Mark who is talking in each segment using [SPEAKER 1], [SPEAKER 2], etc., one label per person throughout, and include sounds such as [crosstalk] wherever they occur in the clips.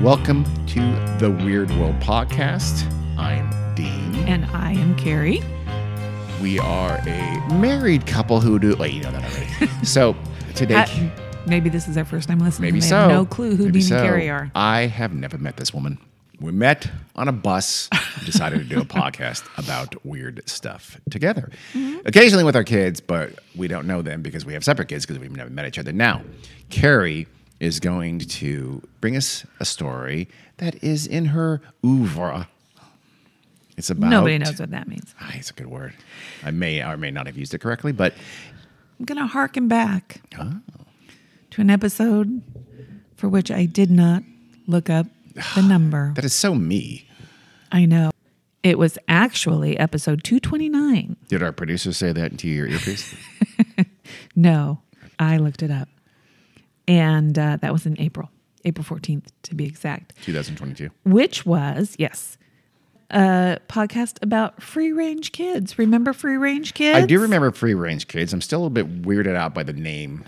[SPEAKER 1] Welcome to the Weird World Podcast. I'm Dean.
[SPEAKER 2] And I am Carrie.
[SPEAKER 1] We are a married couple who do. Wait, you know that already. so today,
[SPEAKER 2] Uh, maybe this is their first time listening.
[SPEAKER 1] maybe
[SPEAKER 2] they
[SPEAKER 1] so.
[SPEAKER 2] Have no clue who
[SPEAKER 1] Maybe
[SPEAKER 2] Dean
[SPEAKER 1] so.
[SPEAKER 2] and Carrie are.
[SPEAKER 1] I have never met this woman. We met on a
[SPEAKER 2] [laughs]
[SPEAKER 1] bus, decided to do a podcast about weird stuff together. Mm-hmm. Occasionally with our kids, but we don't know them because we have separate kids because we've never met each other. Now, Carrie is going to bring us a story that is in her oeuvre. It's about
[SPEAKER 2] Nobody knows what that means.
[SPEAKER 1] Ah, it's a good word. I may or may not have used it correctly, but
[SPEAKER 2] I'm going to harken back
[SPEAKER 1] Oh.
[SPEAKER 2] to an episode for which I did not look up
[SPEAKER 1] [sighs]
[SPEAKER 2] the number.
[SPEAKER 1] that is so me.
[SPEAKER 2] I know. It was actually episode 229.
[SPEAKER 1] Did our producer say that into your
[SPEAKER 2] [laughs]
[SPEAKER 1] earpiece?
[SPEAKER 2] No, I looked it up. And uh, that was in April, April 14th to be exact,
[SPEAKER 1] 2022.
[SPEAKER 2] which was, yes, a podcast about free range kids. Remember free range kids?
[SPEAKER 1] I do remember free range kids. I'm still a little bit weirded out by the
[SPEAKER 2] [laughs]
[SPEAKER 1] name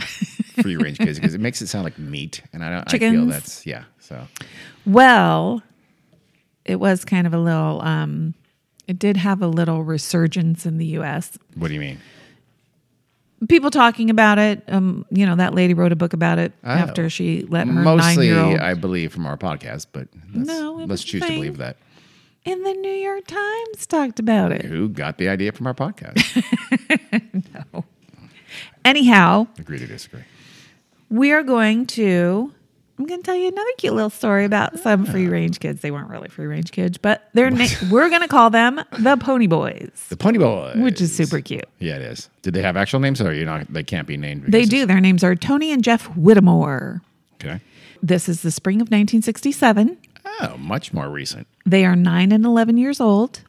[SPEAKER 1] free range kids because it makes it sound like meat, and I don't. I feel
[SPEAKER 2] Chickens.
[SPEAKER 1] that's yeah. So
[SPEAKER 2] Well, it was kind of a little, um, it did have a little resurgence in the US.
[SPEAKER 1] what do you mean?
[SPEAKER 2] People talking about it. Um, you know, that lady wrote a book about it after she let her nine
[SPEAKER 1] Oh. Mostly,
[SPEAKER 2] year old
[SPEAKER 1] I believe from our podcast, but let's,
[SPEAKER 2] No, it
[SPEAKER 1] let's
[SPEAKER 2] was a
[SPEAKER 1] choose to
[SPEAKER 2] thing.
[SPEAKER 1] believe that.
[SPEAKER 2] in the New York Times talked about it.
[SPEAKER 1] Who got the idea from our
[SPEAKER 2] [laughs]
[SPEAKER 1] podcast?
[SPEAKER 2] Anyhow,
[SPEAKER 1] Agree to disagree.
[SPEAKER 2] we are going to, I'm going to tell you another cute little story about some free range kids. They weren't really free range kids, but they're na- we're going to call them the Pony Boys,
[SPEAKER 1] The Pony Boys,
[SPEAKER 2] which is super cute.
[SPEAKER 1] yeah, it is. Did they have actual names, or you not? They can't be named.
[SPEAKER 2] They
[SPEAKER 1] because
[SPEAKER 2] do. Their names are Tony and Jeff Whittemore.
[SPEAKER 1] it's- Okay.
[SPEAKER 2] This is the spring of 1967.
[SPEAKER 1] Oh, much more recent.
[SPEAKER 2] They are nine and 11 years old.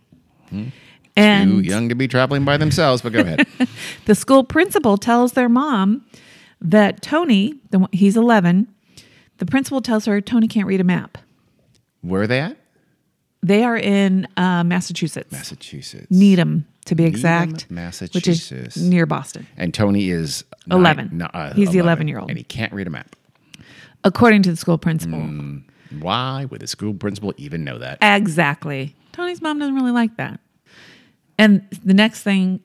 [SPEAKER 1] Too
[SPEAKER 2] And
[SPEAKER 1] young to be traveling by themselves, but go
[SPEAKER 2] [laughs]
[SPEAKER 1] ahead.
[SPEAKER 2] the school principal tells their mom that Tony, the, one- he's 11, the principal tells her Tony can't read a map.
[SPEAKER 1] Where are they at?
[SPEAKER 2] They are in uh, Massachusetts,
[SPEAKER 1] Massachusetts.
[SPEAKER 2] Needham to be exact, which
[SPEAKER 1] Massachusetts.
[SPEAKER 2] is near Boston.
[SPEAKER 1] And Tony is nine-
[SPEAKER 2] 11.
[SPEAKER 1] no, uh,
[SPEAKER 2] He's the 11-year-old.
[SPEAKER 1] And he can't read a map.
[SPEAKER 2] According to the school principal.
[SPEAKER 1] Why would the school principal even know that?
[SPEAKER 2] Exactly. Tony's mom doesn't really like that. And the next thing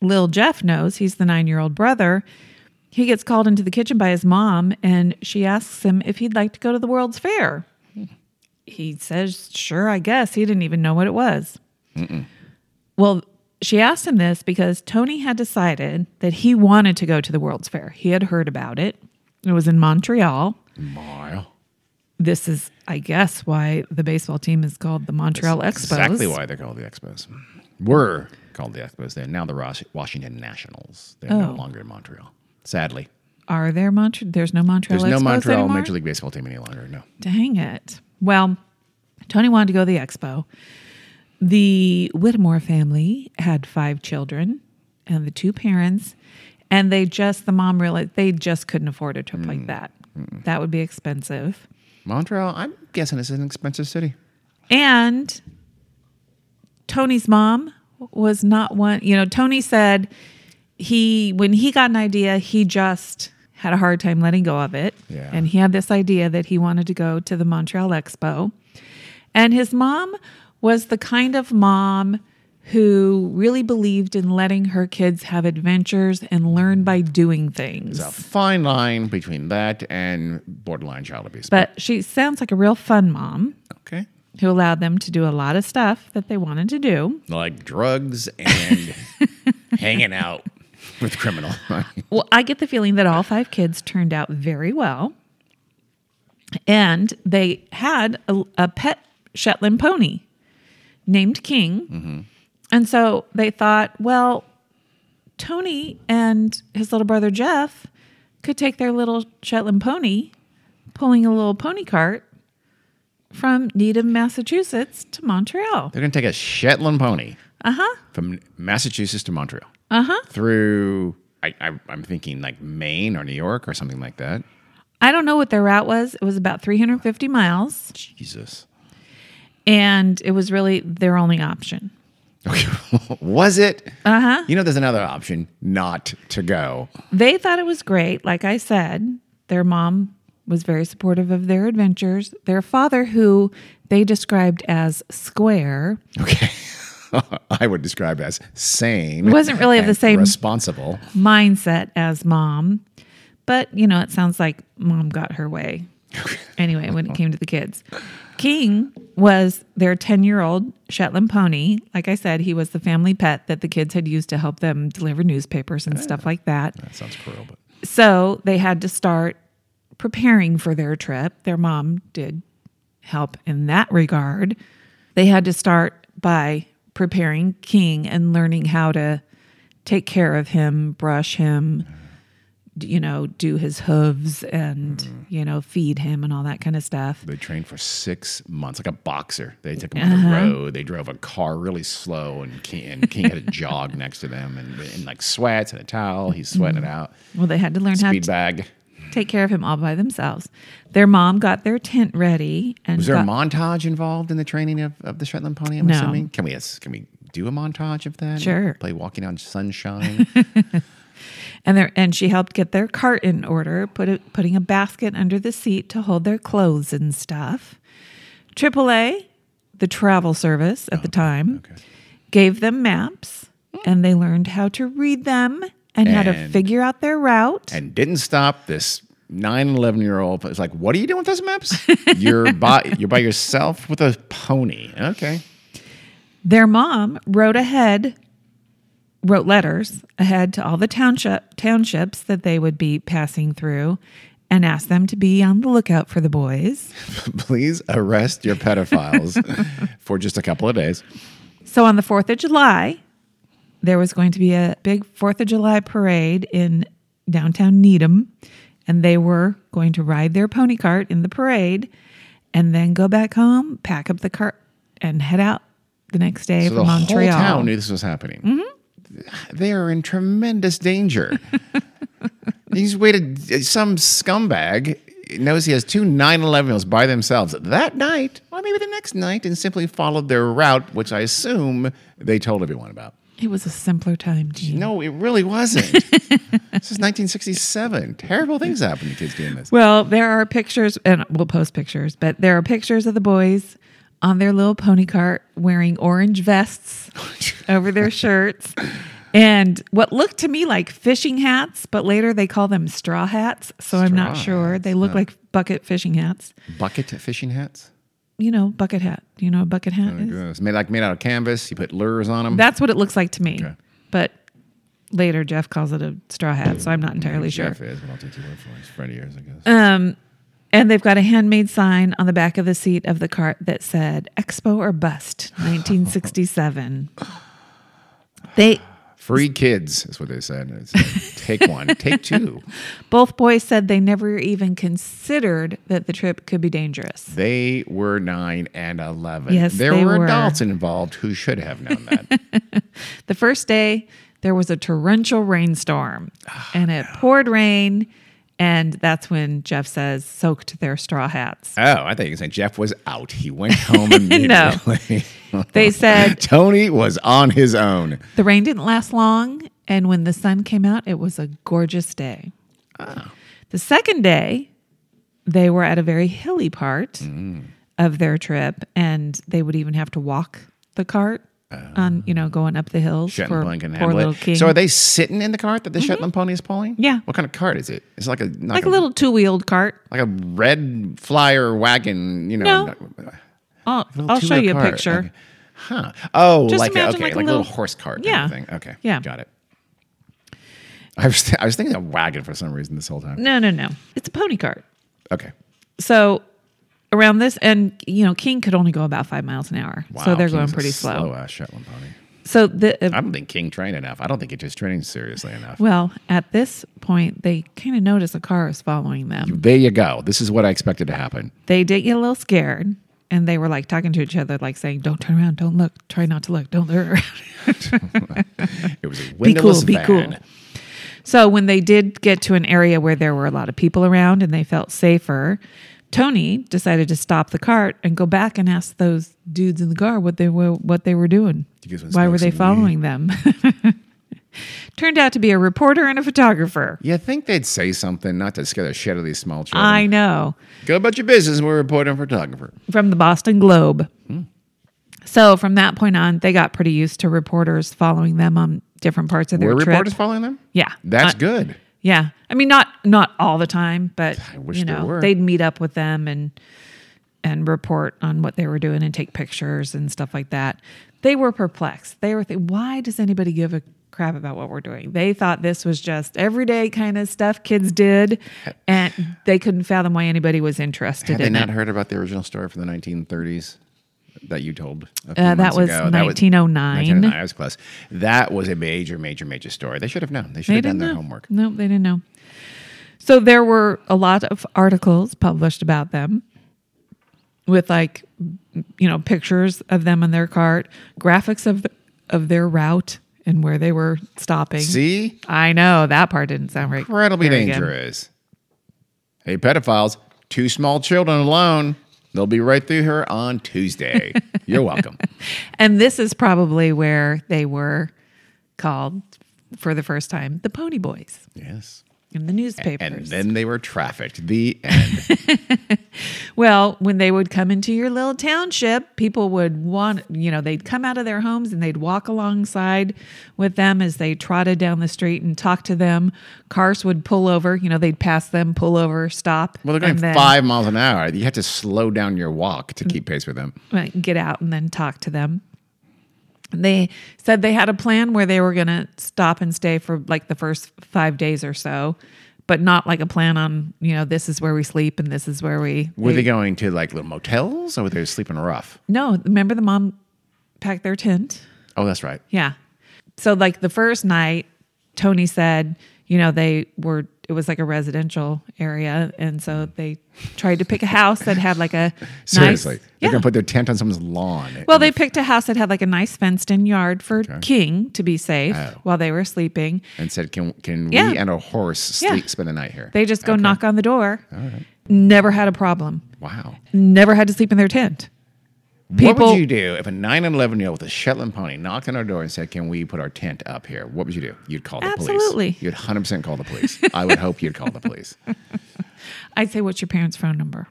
[SPEAKER 2] Lil Jeff knows, he's the nine year old brother, he gets called into the kitchen by his mom and she asks him if he'd like to go to the World's Fair. He says, Sure, I guess. He didn't even know what it was. Well, she asked him this because Tony had decided that he wanted to go to the World's Fair. He had heard about it, it was in Montreal
[SPEAKER 1] Mile.
[SPEAKER 2] this is, I guess, why the baseball team is called the Montreal Expos.
[SPEAKER 1] Exactly why they're called the Expos. Were called the Expos. They're now the Ros- Washington Nationals. They're no
[SPEAKER 2] Oh.
[SPEAKER 1] longer in Montreal. Sadly,
[SPEAKER 2] Are there Montreal? There's no Montreal.
[SPEAKER 1] there's no
[SPEAKER 2] Expos
[SPEAKER 1] Montreal
[SPEAKER 2] anymore?
[SPEAKER 1] Major League Baseball team any longer. No.
[SPEAKER 2] Dang it. Well, Tony wanted to go to the expo. The Whittemore family had five children and the two parents, and they just, the mom realized they just couldn't afford a trip
[SPEAKER 1] Hmm.
[SPEAKER 2] like that. That would be expensive.
[SPEAKER 1] Montreal, I'm guessing it's an expensive city.
[SPEAKER 2] And Tony's mom was not one, you know, Tony said he, when he got an idea, he just had a hard time letting go of it.
[SPEAKER 1] Yeah.
[SPEAKER 2] And he had this idea that he wanted to go to the Montreal Expo. And his mom was the kind of mom who really believed in letting her kids have adventures and learn by doing things.
[SPEAKER 1] It's a fine line between that and borderline child abuse.
[SPEAKER 2] But she sounds like a real fun mom
[SPEAKER 1] okay.
[SPEAKER 2] who allowed them to do a lot of stuff that they wanted to do.
[SPEAKER 1] Like drugs and [laughs] hanging out with
[SPEAKER 2] [laughs]
[SPEAKER 1] criminal.
[SPEAKER 2] Well, I get the feeling that all five kids turned out very well. And they had a, a pet Shetland pony named King. And so they thought, well, Tony and his little brother Jeff could take their little Shetland pony, pulling a little pony cart from Needham, Massachusetts to Montreal.
[SPEAKER 1] They're going to take a Shetland pony
[SPEAKER 2] Uh huh.
[SPEAKER 1] from Massachusetts to Montreal
[SPEAKER 2] Uh huh.
[SPEAKER 1] through, I, I, I'm thinking like Maine or New York or something like that.
[SPEAKER 2] I don't know what their route was. It was about 350 miles.
[SPEAKER 1] Jesus. [laughs]
[SPEAKER 2] and it was really their only option.
[SPEAKER 1] Okay. Was it? Uh
[SPEAKER 2] Uh-huh.
[SPEAKER 1] huh. You know, there's another option not to go.
[SPEAKER 2] They thought it was great. Like I said, their mom was very supportive of their adventures. Their father, who they described as square,
[SPEAKER 1] Okay. [laughs] I would describe as sane.
[SPEAKER 2] Wasn't really of the
[SPEAKER 1] and
[SPEAKER 2] same-
[SPEAKER 1] Responsible.
[SPEAKER 2] mindset as mom. But, you know, it sounds like mom got her way anyway when it came to the kids. King was their 10 year old Shetland pony. Like I said, he was the family pet that the kids had used to help them deliver newspapers and stuff like that.
[SPEAKER 1] That sounds cruel, but
[SPEAKER 2] So they had to start preparing for their trip. Their mom did help in that regard. They had to start by preparing King and learning how to take care of him, brush him, d- you know, do his hooves and,
[SPEAKER 1] Mm-hmm.
[SPEAKER 2] you know, feed him and all that kind of stuff.
[SPEAKER 1] they trained for six months like a boxer. They took him
[SPEAKER 2] Uh-huh.
[SPEAKER 1] on the road. They drove a car really slow, and King, and King had a jog [laughs] next to them, and in like sweats and a towel. He's
[SPEAKER 2] Mm-hmm.
[SPEAKER 1] sweating it out.
[SPEAKER 2] Well, they had to learn how
[SPEAKER 1] Speed
[SPEAKER 2] to
[SPEAKER 1] bag.
[SPEAKER 2] take care of him all by themselves. Their mom got their tent ready and
[SPEAKER 1] Was there a
[SPEAKER 2] got-
[SPEAKER 1] montage involved in the training of, of the Shetland pony? I'm
[SPEAKER 2] No.
[SPEAKER 1] assuming. Can we can we do a montage of that?
[SPEAKER 2] Sure.
[SPEAKER 1] Play Walking on
[SPEAKER 2] [laughs]
[SPEAKER 1] Sunshine.
[SPEAKER 2] And there, and she helped get their cart in order, put a, putting a basket under the seat to hold their clothes and stuff. AAA, the travel service at the
[SPEAKER 1] Oh,
[SPEAKER 2] time, gave them maps, and they learned how to read them and, how to
[SPEAKER 1] And-
[SPEAKER 2] figure out their route.
[SPEAKER 1] and didn't stop this 9 11 year old was like what are you doing with those maps you're by you're by yourself with a pony okay
[SPEAKER 2] Their mom wrote ahead, wrote letters ahead to all the township townships that they would be passing through, and asked them to be on the lookout for the boys.
[SPEAKER 1] please arrest your pedophiles for just a couple of days
[SPEAKER 2] So on the 4th of July, there was going to be a big 4th of July parade in downtown Needham, and they were going to ride their pony cart in the parade and then go back home, pack up the cart, and head out the next day
[SPEAKER 1] so
[SPEAKER 2] for
[SPEAKER 1] the
[SPEAKER 2] Montreal.
[SPEAKER 1] whole town knew this was happening they are in tremendous danger he's waited some scumbag knows he has two 9-11 year olds by themselves that night or maybe the next night and simply followed their route which i assume they told everyone about
[SPEAKER 2] It was a simpler time, Gene.
[SPEAKER 1] No, it really wasn't. this is 1967. Terrible things happen to kids doing this.
[SPEAKER 2] Well, there are pictures, and we'll post pictures, but there are pictures of the boys on their little pony cart wearing orange
[SPEAKER 1] [laughs]
[SPEAKER 2] vests over their shirts and what looked to me like fishing hats, but later they call them straw hats. So I'm not
[SPEAKER 1] Straw
[SPEAKER 2] sure. They look like bucket fishing hats.
[SPEAKER 1] Bucket fishing hats.
[SPEAKER 2] You know, bucket hat. Do you know what a bucket hat is?
[SPEAKER 1] It's made like made out of canvas. You put lures on them.
[SPEAKER 2] That's what it looks like to me.
[SPEAKER 1] Okay.
[SPEAKER 2] But later Jeff calls it a straw hat. So I'm not entirely sure.
[SPEAKER 1] Jeff is, but I'll take your word for it. He's a friend of yours, I guess.
[SPEAKER 2] Uh, And they've got a handmade sign on the back of the seat of the cart that said Expo or Bust 1967. they
[SPEAKER 1] Free kids is what they said. It's like, take
[SPEAKER 2] [laughs]
[SPEAKER 1] one, take two.
[SPEAKER 2] both boys said they never even considered that the trip could be dangerous.
[SPEAKER 1] They were nine and eleven.
[SPEAKER 2] Yes,
[SPEAKER 1] there
[SPEAKER 2] they
[SPEAKER 1] were,
[SPEAKER 2] were.
[SPEAKER 1] adults involved who should have known that.
[SPEAKER 2] [laughs] The first day there was a torrential rainstorm and it poured rain and that's when Jeff says soaked their straw hats.
[SPEAKER 1] oh, I thought you were saying Jeff was out. He went
[SPEAKER 2] [laughs]
[SPEAKER 1] home immediately. [laughs]
[SPEAKER 2] They said
[SPEAKER 1] Tony was on his own.
[SPEAKER 2] The rain didn't last long, and when the sun came out, it was a gorgeous day. The second day, they were at a very hilly part
[SPEAKER 1] Mm.
[SPEAKER 2] of their trip, and they would even have to walk the cart
[SPEAKER 1] Oh.
[SPEAKER 2] on, you know, going up the hills
[SPEAKER 1] Shetland
[SPEAKER 2] for
[SPEAKER 1] pony can
[SPEAKER 2] poor
[SPEAKER 1] handle
[SPEAKER 2] little
[SPEAKER 1] it.
[SPEAKER 2] king. Mm-hmm.
[SPEAKER 1] So are they sitting in the cart that the Shetland pony is pulling?
[SPEAKER 2] Yeah.
[SPEAKER 1] What kind of cart is it? It's like a like,
[SPEAKER 2] like a little two-wheeled cart.
[SPEAKER 1] like a red flyer wagon. You know.
[SPEAKER 2] No.
[SPEAKER 1] not- a
[SPEAKER 2] I'll,
[SPEAKER 1] little
[SPEAKER 2] I'll show
[SPEAKER 1] two-wheel
[SPEAKER 2] you a
[SPEAKER 1] cart.
[SPEAKER 2] picture.
[SPEAKER 1] Okay. Huh. Oh,
[SPEAKER 2] Just
[SPEAKER 1] like a,
[SPEAKER 2] imagine
[SPEAKER 1] okay, like,
[SPEAKER 2] like
[SPEAKER 1] a
[SPEAKER 2] a
[SPEAKER 1] little,
[SPEAKER 2] little-
[SPEAKER 1] horse cart.
[SPEAKER 2] Yeah.
[SPEAKER 1] Yeah. Thing. Okay.
[SPEAKER 2] Yeah.
[SPEAKER 1] Got it. I was th- I was thinking a wagon for some reason this whole time.
[SPEAKER 2] No, no, no. It's a pony cart.
[SPEAKER 1] Okay.
[SPEAKER 2] So around this, and you know, King could only go about five miles an hour,
[SPEAKER 1] Wow,
[SPEAKER 2] so they're
[SPEAKER 1] King's
[SPEAKER 2] going
[SPEAKER 1] a
[SPEAKER 2] pretty slow.
[SPEAKER 1] Slow ass Shetland pony.
[SPEAKER 2] So the
[SPEAKER 1] I don't think King trained enough. I don't think he took his training seriously enough.
[SPEAKER 2] Well, at this point, they kind of notice a car is following them.
[SPEAKER 1] there you go. This is what I expected to happen.
[SPEAKER 2] They did get a little scared and they were like talking to each other, like saying, Don't turn around, don't look, try not to look, don't look around. [laughs]
[SPEAKER 1] It was a
[SPEAKER 2] be cool,
[SPEAKER 1] windowless
[SPEAKER 2] be
[SPEAKER 1] van.
[SPEAKER 2] cool. So when they did get to an area where there were a lot of people around and they felt safer, Tony decided to stop the cart and go back and ask those dudes in the car what they were what they were doing.
[SPEAKER 1] You guys wanna
[SPEAKER 2] Why
[SPEAKER 1] smoke
[SPEAKER 2] were
[SPEAKER 1] some
[SPEAKER 2] they
[SPEAKER 1] weed?
[SPEAKER 2] following them? [laughs] Turned out to be a reporter and a photographer.
[SPEAKER 1] You think they'd say something not to scare the shit out of these small children?
[SPEAKER 2] I know.
[SPEAKER 1] Go about your business. We're a reporter and photographer.
[SPEAKER 2] from the Boston Globe.
[SPEAKER 1] Hmm.
[SPEAKER 2] So from that point on, they got pretty used to reporters following them on different parts of their
[SPEAKER 1] Were
[SPEAKER 2] trip.
[SPEAKER 1] reporters following them?
[SPEAKER 2] Yeah,
[SPEAKER 1] That's
[SPEAKER 2] Uh,
[SPEAKER 1] good.
[SPEAKER 2] Yeah, I mean not not all the time, but
[SPEAKER 1] wish
[SPEAKER 2] you
[SPEAKER 1] there
[SPEAKER 2] know
[SPEAKER 1] were.
[SPEAKER 2] they'd meet up with them and and report on what they were doing and take pictures and stuff like that. They were perplexed. They were thinking, why does anybody give a crap about what we're doing? They thought this was just everyday kind of stuff kids did, and they couldn't fathom why anybody was interested
[SPEAKER 1] Had
[SPEAKER 2] in
[SPEAKER 1] they
[SPEAKER 2] it.
[SPEAKER 1] not heard about the original story from the 1930s that you told? a few
[SPEAKER 2] Uh, that
[SPEAKER 1] months
[SPEAKER 2] was
[SPEAKER 1] ago?
[SPEAKER 2] 1909.
[SPEAKER 1] 1909. I oh was close. That was a major, major, major story. They should have known. They should have done their
[SPEAKER 2] know.
[SPEAKER 1] homework.
[SPEAKER 2] No, they didn't know. So there were a lot of articles published about them with like you know pictures of them on their cart, graphics of the, of their route and where they were stopping.
[SPEAKER 1] See?
[SPEAKER 2] I know that part didn't sound right.
[SPEAKER 1] Incredibly
[SPEAKER 2] very good.
[SPEAKER 1] dangerous. Hey, pedophiles, two small children alone. They'll be right through her on
[SPEAKER 2] [laughs]
[SPEAKER 1] Tuesday. You're welcome.
[SPEAKER 2] And this is probably where they were called for the first time the Pony Boys
[SPEAKER 1] Yes.
[SPEAKER 2] in the newspapers.
[SPEAKER 1] And then they were trafficked. The end.
[SPEAKER 2] Well, when they would come into your little township, people would want, you know, they'd come out of their homes and they'd walk alongside with them as they trotted down the street and talk to them. Cars would pull over, you know, they'd pass them, pull over, stop.
[SPEAKER 1] Well, they're going
[SPEAKER 2] and then, Mm.
[SPEAKER 1] five miles an hour. You have to slow down your walk to keep pace with them.
[SPEAKER 2] like, uh, Get out and then talk to them. They said they had a plan where they were going to stop and stay for like the first five days or so, but not like a plan on, you know, this is where we sleep and this is where we.
[SPEAKER 1] Were they going to like little motels or were they sleeping rough?
[SPEAKER 2] No, remember the mom packed their tent?
[SPEAKER 1] Oh, that's right.
[SPEAKER 2] Yeah. So like the first night, Tony said, you know, they were it was like a residential area, and so they tried to pick a house that had like a
[SPEAKER 1] [laughs] Seriously.
[SPEAKER 2] Nice,
[SPEAKER 1] They're
[SPEAKER 2] yeah.
[SPEAKER 1] going to put their tent on someone's lawn.
[SPEAKER 2] well, they picked a house that had like a nice fenced-in yard for King to be safe
[SPEAKER 1] Oh.
[SPEAKER 2] while they were sleeping.
[SPEAKER 1] and said, "Can can
[SPEAKER 2] Yeah.
[SPEAKER 1] we and a horse
[SPEAKER 2] Yeah.
[SPEAKER 1] sleep spend the night here?"
[SPEAKER 2] They just go knock on the door. Never had a problem.
[SPEAKER 1] wow.
[SPEAKER 2] Never had to sleep in their tent.
[SPEAKER 1] what
[SPEAKER 2] People-
[SPEAKER 1] would you do if a nine and eleven year old with a Shetland pony knocked on our door and said, "Can we put our tent up here?" What would you do? You'd call the
[SPEAKER 2] Absolutely.
[SPEAKER 1] police. You'd hundred percent call the police. I would hope you'd call the police.
[SPEAKER 2] I'd say, what's your parents' phone number?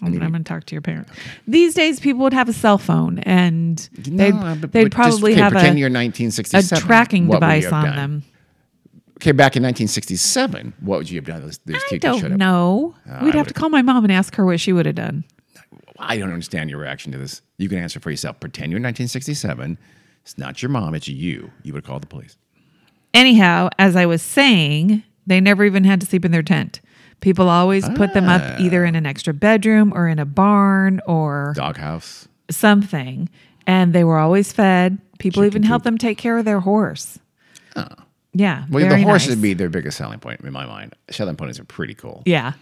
[SPEAKER 2] I'm,
[SPEAKER 1] Mm-hmm.
[SPEAKER 2] I'm going to talk to your parent. These days, people would have a cell phone, and [laughs] they'd,
[SPEAKER 1] No, but-
[SPEAKER 2] they'd
[SPEAKER 1] but just-
[SPEAKER 2] probably
[SPEAKER 1] okay,
[SPEAKER 2] have
[SPEAKER 1] pretend
[SPEAKER 2] a,
[SPEAKER 1] you're
[SPEAKER 2] a
[SPEAKER 1] 1967.
[SPEAKER 2] tracking
[SPEAKER 1] What would you
[SPEAKER 2] device
[SPEAKER 1] have
[SPEAKER 2] on
[SPEAKER 1] done?
[SPEAKER 2] them.
[SPEAKER 1] Okay, back in 1967, what would you have done? Those, those two
[SPEAKER 2] I
[SPEAKER 1] kids showed
[SPEAKER 2] don't
[SPEAKER 1] up. Ah,
[SPEAKER 2] know.
[SPEAKER 1] I
[SPEAKER 2] We'd have
[SPEAKER 1] would've-
[SPEAKER 2] to call my mom and ask her what she would have done.
[SPEAKER 1] I don't understand your reaction to this. You can answer for yourself. Pretend you're in 1967. It's not your mom. It's you. You would call the police.
[SPEAKER 2] Anyhow, as I was saying, they never even had to sleep in their tent. People always put them up either
[SPEAKER 1] Ah.
[SPEAKER 2] in an extra bedroom or in a barn or
[SPEAKER 1] Doghouse.
[SPEAKER 2] something, and they were always fed. People even helped them take care of their horse. Yeah.
[SPEAKER 1] Oh. Well,
[SPEAKER 2] very
[SPEAKER 1] the horse
[SPEAKER 2] nice.
[SPEAKER 1] would be their biggest selling point in my mind. Shetland ponies are pretty cool.
[SPEAKER 2] Yeah.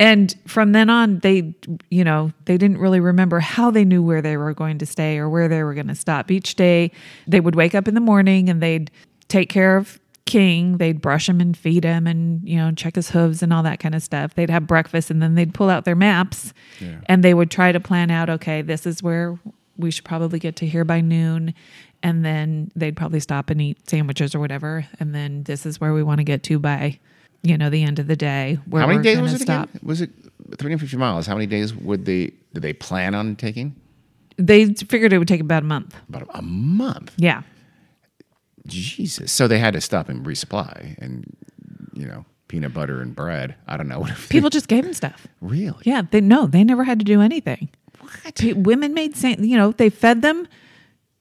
[SPEAKER 2] And from then on, they, you know, they didn't really remember how they knew where they were going to stay or where they were going to stop. Each day, they would wake up in the morning and they'd take care of King. They'd brush him and feed him and, you know, check his hooves and all that kind of stuff. They'd have breakfast and then they'd pull out their maps and they would try to plan out, okay, this is where we should probably get to here by noon. And then they'd probably stop and eat sandwiches or whatever. And then this is where we want to get to by. You know, the end of the day. Where
[SPEAKER 1] How many
[SPEAKER 2] we're
[SPEAKER 1] days
[SPEAKER 2] gonna
[SPEAKER 1] was it
[SPEAKER 2] stop.
[SPEAKER 1] again? Was it 350 miles? How many days would they did they plan on taking?
[SPEAKER 2] They figured it would take about a month.
[SPEAKER 1] About a month.
[SPEAKER 2] Yeah.
[SPEAKER 1] Jesus. So they had to stop and resupply and you know peanut butter and bread. I don't know.
[SPEAKER 2] People just gave them stuff.
[SPEAKER 1] really?
[SPEAKER 2] Yeah. They no, they never had to do anything.
[SPEAKER 1] What?
[SPEAKER 2] P- women made sa- you know, they fed them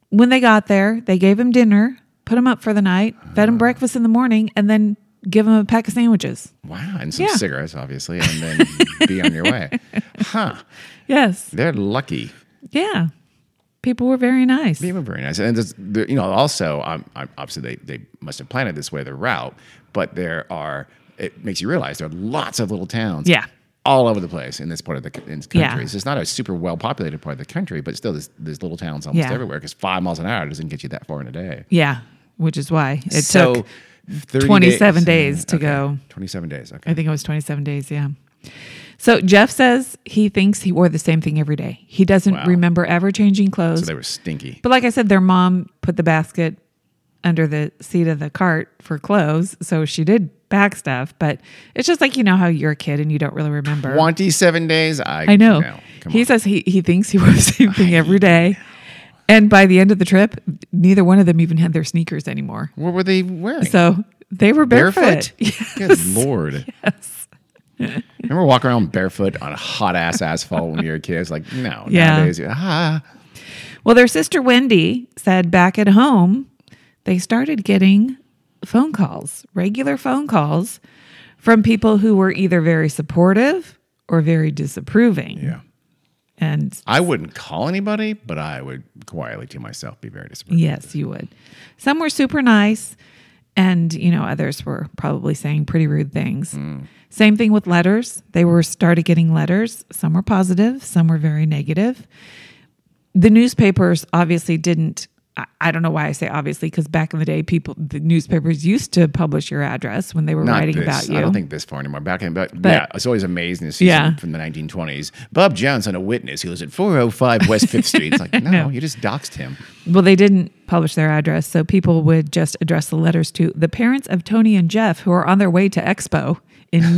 [SPEAKER 2] when they got there. They gave them dinner, put them up for the night, fed them breakfast in the morning, and then give them a pack of sandwiches.
[SPEAKER 1] Wow. And some
[SPEAKER 2] Yeah.
[SPEAKER 1] cigarettes, obviously, and
[SPEAKER 2] [laughs]
[SPEAKER 1] then be on your way. Huh?
[SPEAKER 2] Yes.
[SPEAKER 1] They're lucky.
[SPEAKER 2] Yeah. People were very nice.
[SPEAKER 1] They were very nice, and there's, there, you know, also, um, I'm, obviously, they, they must have planned it this way, the route. But there are, it makes you realize there are lots of little towns,
[SPEAKER 2] Yeah.
[SPEAKER 1] all over the place in this part of the c- in this country.
[SPEAKER 2] Yeah.
[SPEAKER 1] So it's not a super well populated part of the country, but still, there's, there's little towns almost
[SPEAKER 2] Yeah.
[SPEAKER 1] everywhere because five miles an hour doesn't get you that far in a day.
[SPEAKER 2] Yeah. Which is why it took
[SPEAKER 1] 30
[SPEAKER 2] 27 days to go.
[SPEAKER 1] Twenty-seven days. Okay.
[SPEAKER 2] I think it was 27 days. Yeah. So Jeff says he thinks he wore the same thing every day. He doesn't
[SPEAKER 1] Wow.
[SPEAKER 2] remember ever changing clothes.
[SPEAKER 1] So they were stinky.
[SPEAKER 2] But like I said, their mom put the basket under the seat of the cart for clothes. So she did pack stuff, but it's just like you know how you're a kid and you don't really remember.
[SPEAKER 1] 27 days. I,
[SPEAKER 2] I know.
[SPEAKER 1] no, come
[SPEAKER 2] he
[SPEAKER 1] on.
[SPEAKER 2] says he, he thinks he [laughs] wore the same thing every day. And by the end of the trip, neither one of them even had their sneakers anymore.
[SPEAKER 1] What were they wearing?
[SPEAKER 2] So they were barefoot.
[SPEAKER 1] barefoot?
[SPEAKER 2] [laughs]
[SPEAKER 1] Good lord. Yes. Remember walking around barefoot on hot ass asphalt when you were a kid? It's like, no,
[SPEAKER 2] Yeah.
[SPEAKER 1] nowadays, ah,
[SPEAKER 2] Well, their sister Wendy said back at home, they started getting phone calls, regular phone calls from people who were either very supportive or very disapproving.
[SPEAKER 1] yeah.
[SPEAKER 2] And
[SPEAKER 1] I wouldn't call anybody, but I would quietly to myself be very disappointed.
[SPEAKER 2] yes, you would. Some were super nice, and you know, others were probably saying pretty rude things.
[SPEAKER 1] Hmm.
[SPEAKER 2] Same thing with letters. They were started getting letters. Some were positive, some were very negative. the newspapers obviously didn't I- I don't know why I say obviously because back in the day, people the newspapers used to publish your address when they were
[SPEAKER 1] Not
[SPEAKER 2] writing
[SPEAKER 1] this.
[SPEAKER 2] about you.
[SPEAKER 1] I don't think this far anymore. Back in, but, yeah, it's always amazing to see
[SPEAKER 2] Yeah.
[SPEAKER 1] something from the 1920s. Bob Johnson, a witness who lives at 405 West
[SPEAKER 2] [laughs]
[SPEAKER 1] Fifth Street. It's like, no, you just doxed him.
[SPEAKER 2] well, they didn't publish their address, so people would just address the letters to the parents of Tony and Jeff, who are on their way to Expo in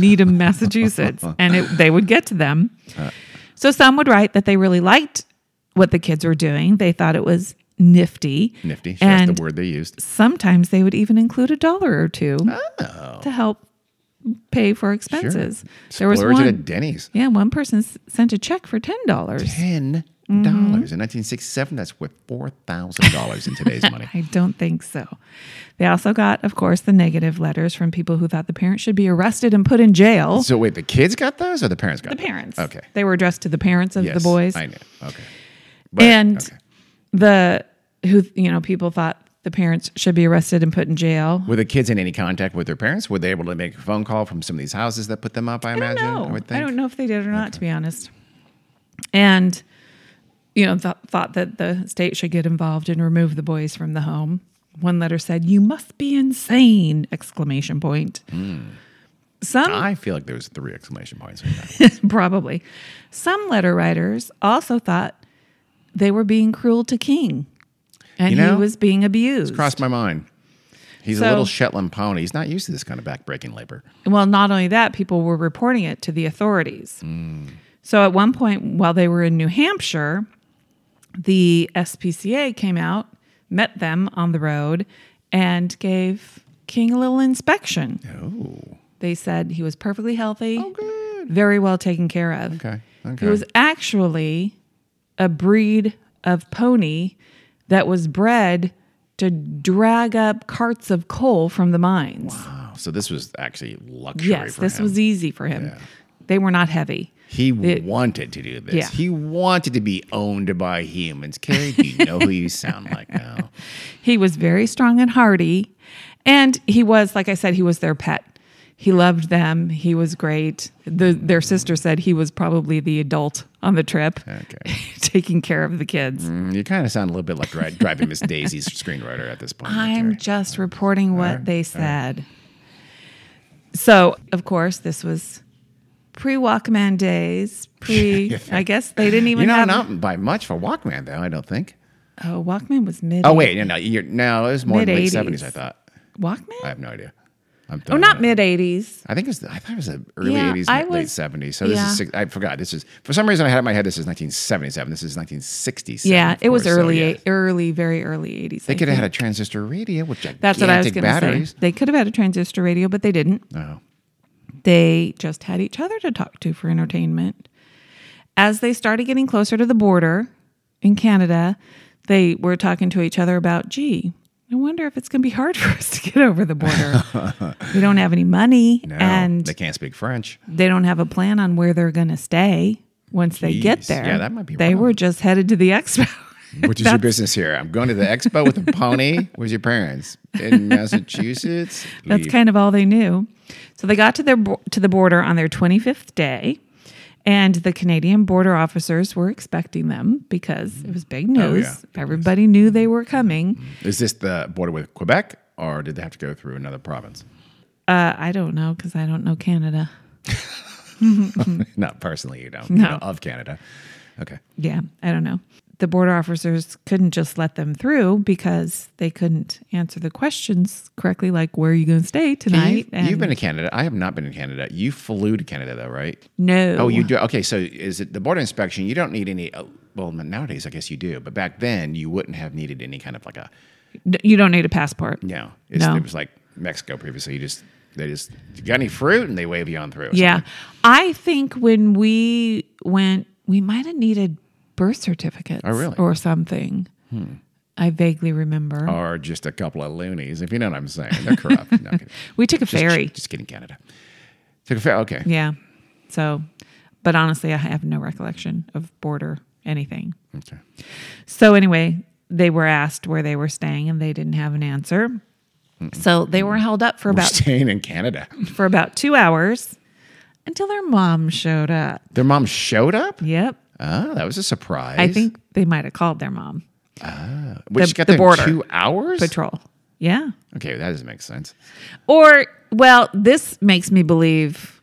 [SPEAKER 1] [laughs]
[SPEAKER 2] Needham, Massachusetts, and it, they would get to them.
[SPEAKER 1] Uh.
[SPEAKER 2] so some would write that they really liked what the kids were doing; they thought it was nifty.
[SPEAKER 1] Nifty. Sure,
[SPEAKER 2] and
[SPEAKER 1] that's the word they used.
[SPEAKER 2] sometimes they would even include a dollar or two
[SPEAKER 1] Oh.
[SPEAKER 2] to help pay for expenses. There was
[SPEAKER 1] Splurge at
[SPEAKER 2] one,
[SPEAKER 1] a Denny's.
[SPEAKER 2] yeah, one person s- sent a check for ten dollars.
[SPEAKER 1] Ten dollars in 1967. That's worth four thousand dollars in today's money.
[SPEAKER 2] I don't think so. They also got, of course, the negative letters from people who thought the parents should be arrested and put in jail.
[SPEAKER 1] So wait, the kids got those or the parents got
[SPEAKER 2] The parents.
[SPEAKER 1] Okay.
[SPEAKER 2] They were addressed to the parents of the boys.
[SPEAKER 1] I knew. Okay. But-
[SPEAKER 2] and
[SPEAKER 1] okay.
[SPEAKER 2] the who you know, people thought the parents should be arrested and put in jail.
[SPEAKER 1] were the kids in any contact with their parents? Were they able to make a phone call from some of these houses that put them up? I,
[SPEAKER 2] I
[SPEAKER 1] imagine.
[SPEAKER 2] don't
[SPEAKER 1] I
[SPEAKER 2] know.
[SPEAKER 1] would
[SPEAKER 2] I,
[SPEAKER 1] think.
[SPEAKER 2] don't know if they did or not, to be honest. And you know, th- thought that the state should get involved and remove the boys from the home. One letter said, "You must be insane!" Exclamation point.
[SPEAKER 1] Hmm.
[SPEAKER 2] Some
[SPEAKER 1] I feel like there's three exclamation points. in that.
[SPEAKER 2] probably some letter writers also thought they were being cruel to King, and
[SPEAKER 1] You know,
[SPEAKER 2] he was being abused.
[SPEAKER 1] Crossed my mind. He's
[SPEAKER 2] So-
[SPEAKER 1] a little Shetland pony. He's not used to this kind of backbreaking labor.
[SPEAKER 2] Well, not only that, people were reporting it to the authorities. So at one point, while they were in New Hampshire, the SPCA came out, met them on the road, and gave King a little inspection.
[SPEAKER 1] Oh,
[SPEAKER 2] They said he was perfectly healthy,
[SPEAKER 1] good.
[SPEAKER 2] very well taken care of.
[SPEAKER 1] Okay. Okay.
[SPEAKER 2] It was actually a breed of pony that was bred to drag up carts of coal from the mines.
[SPEAKER 1] Wow. So this was actually luxury.
[SPEAKER 2] Yes,
[SPEAKER 1] for
[SPEAKER 2] this
[SPEAKER 1] him.
[SPEAKER 2] was easy for him. They were not heavy.
[SPEAKER 1] He wanted to do this.
[SPEAKER 2] Yeah.
[SPEAKER 1] He wanted to be owned by humans. Carrie, do you know who you sound like now?
[SPEAKER 2] He was very strong and hardy. And he was, like I said, he was their pet. He loved them. He was great. The, their sister said he was probably the adult on the trip,
[SPEAKER 1] Okay.
[SPEAKER 2] [laughs] taking care of the kids.
[SPEAKER 1] Mm, You kind of sound a little bit like dri- driving Miss Daisy's [laughs] screenwriter at this point.
[SPEAKER 2] I'm
[SPEAKER 1] Okay.
[SPEAKER 2] just reporting what they said. So, of course, this was pre
[SPEAKER 1] [laughs]
[SPEAKER 2] Walkman days. Pre, I guess they didn't even
[SPEAKER 1] you know,
[SPEAKER 2] have.
[SPEAKER 1] not by much for Walkman, though, I don't think.
[SPEAKER 2] Oh, Walkman was mid.
[SPEAKER 1] Oh, wait. No, no, you're, no it was more late
[SPEAKER 2] Mid-eighties.
[SPEAKER 1] 70s, I thought. I
[SPEAKER 2] Walkman?
[SPEAKER 1] have no idea. I'm
[SPEAKER 2] Oh, not mid 80s.
[SPEAKER 1] I think it was. the- I thought it was the early
[SPEAKER 2] Yeah,
[SPEAKER 1] '80s,
[SPEAKER 2] I
[SPEAKER 1] late
[SPEAKER 2] was-
[SPEAKER 1] '70s. So this
[SPEAKER 2] yeah.
[SPEAKER 1] is. six- I forgot. This is for some reason I had it in my head. This is 1977. This is 1967.
[SPEAKER 2] Yeah, it
[SPEAKER 1] of
[SPEAKER 2] was
[SPEAKER 1] course, so
[SPEAKER 2] early,
[SPEAKER 1] yeah.
[SPEAKER 2] early, very early 80s.
[SPEAKER 1] They could have had a transistor radio with gigantic
[SPEAKER 2] That's what I was going to
[SPEAKER 1] batteries.
[SPEAKER 2] say. They could have had a transistor radio, but they didn't.
[SPEAKER 1] Oh,
[SPEAKER 2] They just had each other to talk to for entertainment. As they started getting closer to the border in Canada, they were talking to each other about, gee, I wonder if it's going to be hard [laughs] for us to get over the border.
[SPEAKER 1] [laughs]
[SPEAKER 2] we don't have any money
[SPEAKER 1] no,
[SPEAKER 2] and
[SPEAKER 1] they can't speak French.
[SPEAKER 2] they don't have a plan on where they're going to stay once they get
[SPEAKER 1] Jeez.
[SPEAKER 2] there.
[SPEAKER 1] Yeah, that might be
[SPEAKER 2] They
[SPEAKER 1] wrong.
[SPEAKER 2] were just headed to the [laughs] expo.
[SPEAKER 1] Which is your business here? I'm going to the expo with a
[SPEAKER 2] [laughs]
[SPEAKER 1] pony. Where's your parents? In Massachusetts.
[SPEAKER 2] That's
[SPEAKER 1] Leave.
[SPEAKER 2] kind of all they knew. So they got to their bo- to the border on their 25th day, and the Canadian border officers were expecting them because it was big news.
[SPEAKER 1] Oh, yeah. Mm-hmm.
[SPEAKER 2] Everybody knew they were coming.
[SPEAKER 1] Is this the border with Quebec, or did they have to go through another province? [laughs]
[SPEAKER 2] Uh, I don't know because I don't know Canada.
[SPEAKER 1] Not personally, you don't.
[SPEAKER 2] No.
[SPEAKER 1] You know, of Canada. Okay.
[SPEAKER 2] Yeah, I don't know. the border officers couldn't just let them through because they couldn't answer the questions correctly, like where are you going to stay tonight?
[SPEAKER 1] You've, you've been to Canada. I have not been to Canada. You flew to Canada though, right?
[SPEAKER 2] no.
[SPEAKER 1] Oh, you do. Okay, so is it the border inspection? You don't need any. oh, Well, nowadays I guess you do, but back then you wouldn't have needed any kind of like a
[SPEAKER 2] D- you don't need a passport.
[SPEAKER 1] no. It's,
[SPEAKER 2] No.
[SPEAKER 1] It was like Mexico previously. You just they just you got any fruit and they wave you on through.
[SPEAKER 2] Yeah. I think when we went, we might have needed birth certificates
[SPEAKER 1] Oh, really? Hmm.
[SPEAKER 2] or something. I vaguely remember.
[SPEAKER 1] Or just a couple of loonies, if you know what I'm saying. They're
[SPEAKER 2] [laughs]
[SPEAKER 1] corrupt. No, I'm kidding.
[SPEAKER 2] we took a ferry.
[SPEAKER 1] Just, just kidding, Canada. Took a ferry. Okay.
[SPEAKER 2] yeah. So, but honestly, I have no recollection of border anything.
[SPEAKER 1] Okay.
[SPEAKER 2] So anyway, they were asked where they were staying and they didn't have an answer. So they were held up for
[SPEAKER 1] We're
[SPEAKER 2] about
[SPEAKER 1] staying in Canada.
[SPEAKER 2] for about 2 hours until their mom showed up.
[SPEAKER 1] Their mom showed up.
[SPEAKER 2] Yep.
[SPEAKER 1] Oh, that was a surprise.
[SPEAKER 2] I think they might have called their mom.
[SPEAKER 1] we
[SPEAKER 2] the-
[SPEAKER 1] just got
[SPEAKER 2] the
[SPEAKER 1] there in
[SPEAKER 2] border.
[SPEAKER 1] two hours.
[SPEAKER 2] Patrol. Yeah.
[SPEAKER 1] okay, that doesn't make sense.
[SPEAKER 2] Or well, this makes me believe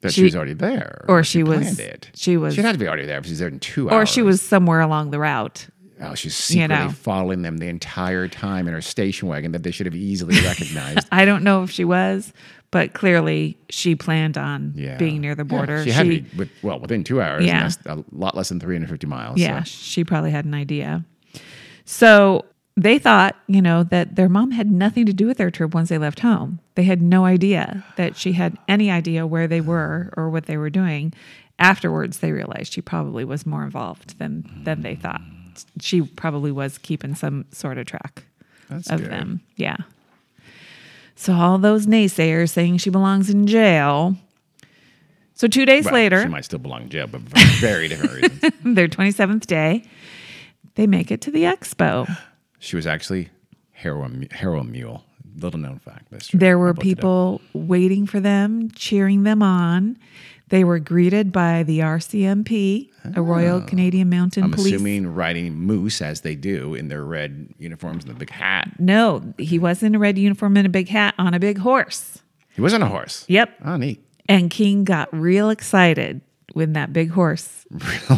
[SPEAKER 1] That she,
[SPEAKER 2] She-
[SPEAKER 1] was already there,
[SPEAKER 2] or she was-
[SPEAKER 1] planned it.
[SPEAKER 2] she was-
[SPEAKER 1] She had to be already there. If she's there in two
[SPEAKER 2] or
[SPEAKER 1] hours,
[SPEAKER 2] she was somewhere along the route.
[SPEAKER 1] Oh, she's secretly
[SPEAKER 2] know.
[SPEAKER 1] following them the entire time in her station wagon that they should have easily recognized.
[SPEAKER 2] [laughs] I don't know if she was, but clearly she planned on
[SPEAKER 1] Yeah,
[SPEAKER 2] being near the
[SPEAKER 1] Yeah,
[SPEAKER 2] border.
[SPEAKER 1] she had to be with, well within two hours. Yeah,
[SPEAKER 2] Yeah.
[SPEAKER 1] that's a lot less than 350 miles.
[SPEAKER 2] Yeah,
[SPEAKER 1] so.
[SPEAKER 2] she probably had an idea. So they thought, you know, that their mom had nothing to do with their trip once they left home. They had no idea that she had any idea where they were or what they were doing. Afterwards, they realized she probably was more involved than than they thought. She probably was keeping some sort of track
[SPEAKER 1] That's
[SPEAKER 2] of
[SPEAKER 1] good.
[SPEAKER 2] them. Yeah. So all those naysayers saying she belongs in jail. So two days
[SPEAKER 1] Well,
[SPEAKER 2] later,
[SPEAKER 1] she might still belong in jail, but for very different
[SPEAKER 2] [laughs]
[SPEAKER 1] reasons.
[SPEAKER 2] their 27th day, they make it to the expo.
[SPEAKER 1] She was actually heroin heroin mule. Little known fact. That's true.
[SPEAKER 2] There
[SPEAKER 1] I
[SPEAKER 2] were
[SPEAKER 1] looked it up.
[SPEAKER 2] people waiting for them, cheering them on. They were greeted by the RCMP, a Royal Canadian Mountain
[SPEAKER 1] Ah. I'm
[SPEAKER 2] Police.
[SPEAKER 1] assuming riding moose as they do in their red uniforms and the big hat.
[SPEAKER 2] no, he was in a red uniform and a big hat on a big horse.
[SPEAKER 1] He wasn't a horse.
[SPEAKER 2] Yep.
[SPEAKER 1] Oh, neat. [laughs]
[SPEAKER 2] And King got real excited when that big horse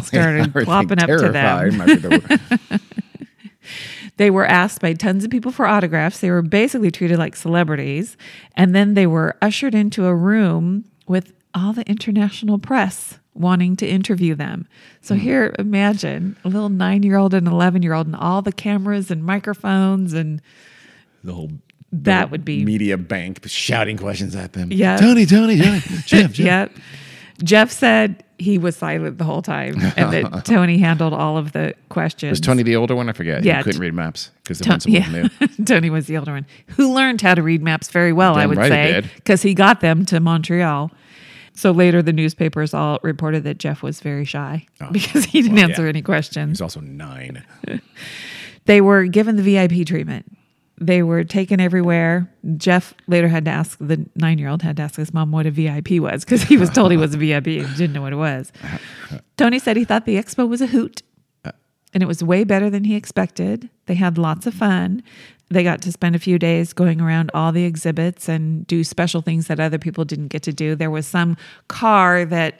[SPEAKER 2] started plopping up to them.
[SPEAKER 1] them.
[SPEAKER 2] [laughs] They were asked by tons of people for autographs. They were basically treated like celebrities. And then they were ushered into a room with all the international press wanting to interview them. So
[SPEAKER 1] Hmm.
[SPEAKER 2] here, imagine a little nine year old and 11 year old, and all the cameras and microphones. And
[SPEAKER 1] the whole
[SPEAKER 2] that would be,
[SPEAKER 1] media bank shouting questions at them.
[SPEAKER 2] Yeah.
[SPEAKER 1] Tony, Tony,
[SPEAKER 2] [laughs]
[SPEAKER 1] Tony, Jeff, Jeff.
[SPEAKER 2] yep. Jeff said he was silent the whole time
[SPEAKER 1] [laughs]
[SPEAKER 2] and that Tony handled all of the questions.
[SPEAKER 1] Was Tony the older one? I forget.
[SPEAKER 2] Yeah,
[SPEAKER 1] He couldn't
[SPEAKER 2] t-
[SPEAKER 1] read maps because the
[SPEAKER 2] Ton-
[SPEAKER 1] principal knew.
[SPEAKER 2] Uh, [laughs] Tony was the older one who learned how to read maps very well, I
[SPEAKER 1] Damn
[SPEAKER 2] would
[SPEAKER 1] right he
[SPEAKER 2] say,
[SPEAKER 1] did.
[SPEAKER 2] because he got them to Montreal. So later, the newspapers all reported that Jeff was very shy [laughs] because he didn't
[SPEAKER 1] Oh, well,
[SPEAKER 2] answer
[SPEAKER 1] yeah.
[SPEAKER 2] any questions.
[SPEAKER 1] He's also nine.
[SPEAKER 2] They were given the VIP treatment. They were taken everywhere. Jeff later had to ask the nine year old had to ask his mom what a VIP was because he was told he was a VIP and didn't know what
[SPEAKER 1] [laughs]
[SPEAKER 2] it was. Tony said he thought the expo was a hoot
[SPEAKER 1] Uh.
[SPEAKER 2] and it was way better than he expected. They had lots of fun. They got to spend a few days going around all the exhibits and do special things that other people didn't get to do. There was some car that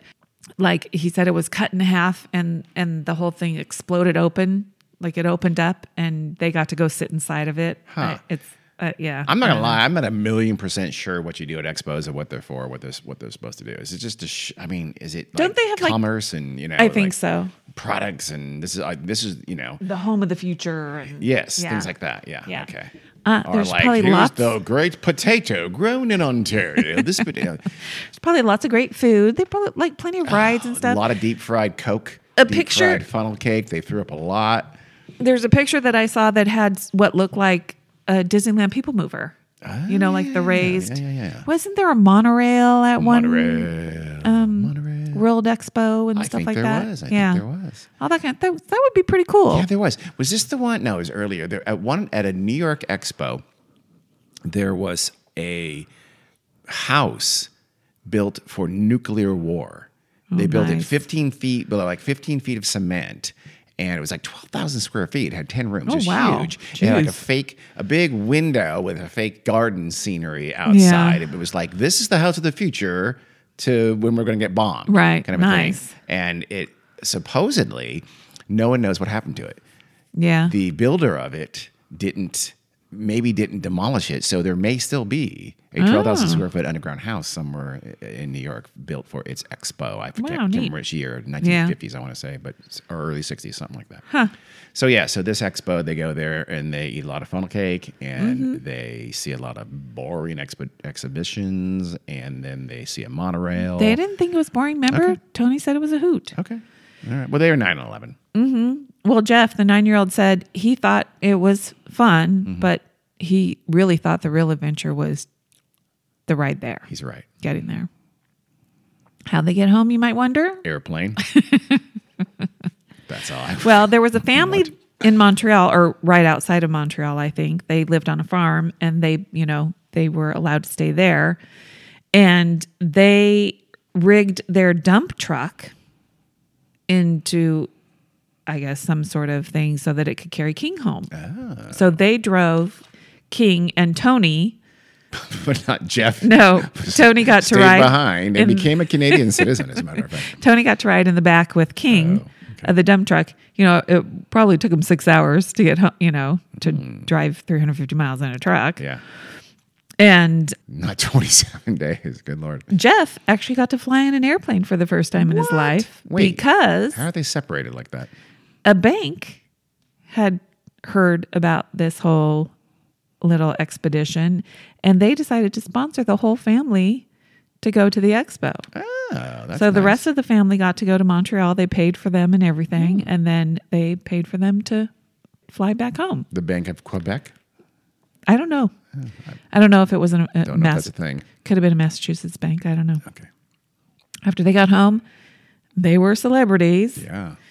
[SPEAKER 2] like he said it was cut in half and and the whole thing exploded open, like it opened up and they got to go sit inside of it.
[SPEAKER 1] Huh.
[SPEAKER 2] I- It's uh, yeah.
[SPEAKER 1] I'm not gonna lie. I'm not a million percent sure what you do at expos and what they're for, what they're what they're supposed to do. Is it just a? Sh- I mean, is it?
[SPEAKER 2] Don't
[SPEAKER 1] like
[SPEAKER 2] they have, like-
[SPEAKER 1] commerce and you know?
[SPEAKER 2] I think
[SPEAKER 1] like,
[SPEAKER 2] so.
[SPEAKER 1] Products and this is uh, this is you know
[SPEAKER 2] The home of the future and
[SPEAKER 1] Yes,
[SPEAKER 2] Yeah.
[SPEAKER 1] things like that. Yeah.
[SPEAKER 2] Yeah.
[SPEAKER 1] Okay.
[SPEAKER 2] Uh,
[SPEAKER 1] or
[SPEAKER 2] there's
[SPEAKER 1] like
[SPEAKER 2] probably
[SPEAKER 1] here's
[SPEAKER 2] lots.
[SPEAKER 1] the great potato grown in
[SPEAKER 2] [laughs]
[SPEAKER 1] Ontario. This potato,
[SPEAKER 2] There's probably lots of great food. They probably like plenty of rides and
[SPEAKER 1] a [sighs]
[SPEAKER 2] stuff.
[SPEAKER 1] lot of deep fried Coke,
[SPEAKER 2] A
[SPEAKER 1] deep
[SPEAKER 2] picture-
[SPEAKER 1] fried funnel cake. They threw up a lot.
[SPEAKER 2] there's a picture that I saw that had s- what looked like a Disneyland people mover. you know, like the raised.
[SPEAKER 1] Ah, yeah, yeah.
[SPEAKER 2] Wasn't there a monorail at one
[SPEAKER 1] Monterey, Monterey.
[SPEAKER 2] World Expo and
[SPEAKER 1] I
[SPEAKER 2] um, stuff
[SPEAKER 1] think
[SPEAKER 2] like
[SPEAKER 1] there
[SPEAKER 2] that?
[SPEAKER 1] was. I
[SPEAKER 2] yeah,
[SPEAKER 1] think there was.
[SPEAKER 2] All that kind. that, that would be pretty cool.
[SPEAKER 1] Yeah, there was. Was this the one? No, it was earlier. There at one at a New York Expo, there was a house built for nuclear war. They built it
[SPEAKER 2] Oh, nice.
[SPEAKER 1] 15 feet below, like 15 feet of cement. And it was like 12,000 square feet, It had 10 rooms.
[SPEAKER 2] Oh,
[SPEAKER 1] it was
[SPEAKER 2] wow.
[SPEAKER 1] huge. It had like a
[SPEAKER 2] Jeez.
[SPEAKER 1] fake, a big window with a fake garden scenery outside. It was like, this is the house of the future to when we're going to get bombed.
[SPEAKER 2] Right.
[SPEAKER 1] Kind of a thing.
[SPEAKER 2] Nice.
[SPEAKER 1] And it supposedly No one knows what happened to it.
[SPEAKER 2] Yeah.
[SPEAKER 1] The builder of it didn't, maybe didn't demolish it. So there may still be a 12,000
[SPEAKER 2] Oh.
[SPEAKER 1] square foot underground house somewhere i- in New York built for its expo. I forget
[SPEAKER 2] Wow,
[SPEAKER 1] can't
[SPEAKER 2] neat.
[SPEAKER 1] remember which year, 1950s, I want to say, but or early 60s, something like that. So yeah, so this expo, they go there and they eat a lot of funnel cake and
[SPEAKER 2] Mm-hmm.
[SPEAKER 1] they see a lot of boring expo- exhibitions and then they see a monorail.
[SPEAKER 2] they didn't think it was boring. Remember, Tony said it was a hoot.
[SPEAKER 1] Okay. All right. Well, they were 9 and 11.
[SPEAKER 2] Well, Jeff, the nine year old, said he thought it was fun,
[SPEAKER 1] Mm-hmm.
[SPEAKER 2] but he really thought the real adventure was the ride there,
[SPEAKER 1] He's right.
[SPEAKER 2] getting there. How they get home, you might wonder.
[SPEAKER 1] Airplane. That's all I
[SPEAKER 2] Well, there
[SPEAKER 1] [laughs]
[SPEAKER 2] was a family in Montreal or right outside of Montreal, I think. They lived on a farm and they, you know, they were allowed to stay there. And they rigged their dump truck into I guess some sort of thing so that it could carry King home.
[SPEAKER 1] Ah.
[SPEAKER 2] So they drove King and Tony.
[SPEAKER 1] but not Jeff. [laughs]
[SPEAKER 2] No, Tony got to
[SPEAKER 1] Stayed
[SPEAKER 2] ride
[SPEAKER 1] behind and
[SPEAKER 2] in-
[SPEAKER 1] became a
[SPEAKER 2] [laughs]
[SPEAKER 1] Canadian citizen, as a matter of fact.
[SPEAKER 2] Tony got to ride in the back with King
[SPEAKER 1] Oh,
[SPEAKER 2] of the dump truck. You know, it probably took him six hours to get home, you know, to drive 350 miles in a truck.
[SPEAKER 1] Hmm. Yeah.
[SPEAKER 2] And
[SPEAKER 1] Not 27 [laughs] days. Good Lord.
[SPEAKER 2] Jeff actually got to fly in an airplane for the first time in his life
[SPEAKER 1] Wait.
[SPEAKER 2] because
[SPEAKER 1] How are they separated like that?
[SPEAKER 2] a bank had heard about this whole little expedition and they decided to sponsor the whole family to go to the expo.
[SPEAKER 1] Oh, that's
[SPEAKER 2] So the
[SPEAKER 1] nice. Hmm.
[SPEAKER 2] rest of the family got to go to Montreal. They paid for them and everything, and then they paid for them to fly back home.
[SPEAKER 1] The Bank of Quebec?
[SPEAKER 2] I
[SPEAKER 1] [sighs]
[SPEAKER 2] don't know. I don't know if it was an, a
[SPEAKER 1] Don't know if
[SPEAKER 2] Mass-
[SPEAKER 1] that's a thing.
[SPEAKER 2] could have been a Massachusetts bank. I don't know.
[SPEAKER 1] Okay.
[SPEAKER 2] After they got home, they were celebrities.
[SPEAKER 1] Yeah. [laughs]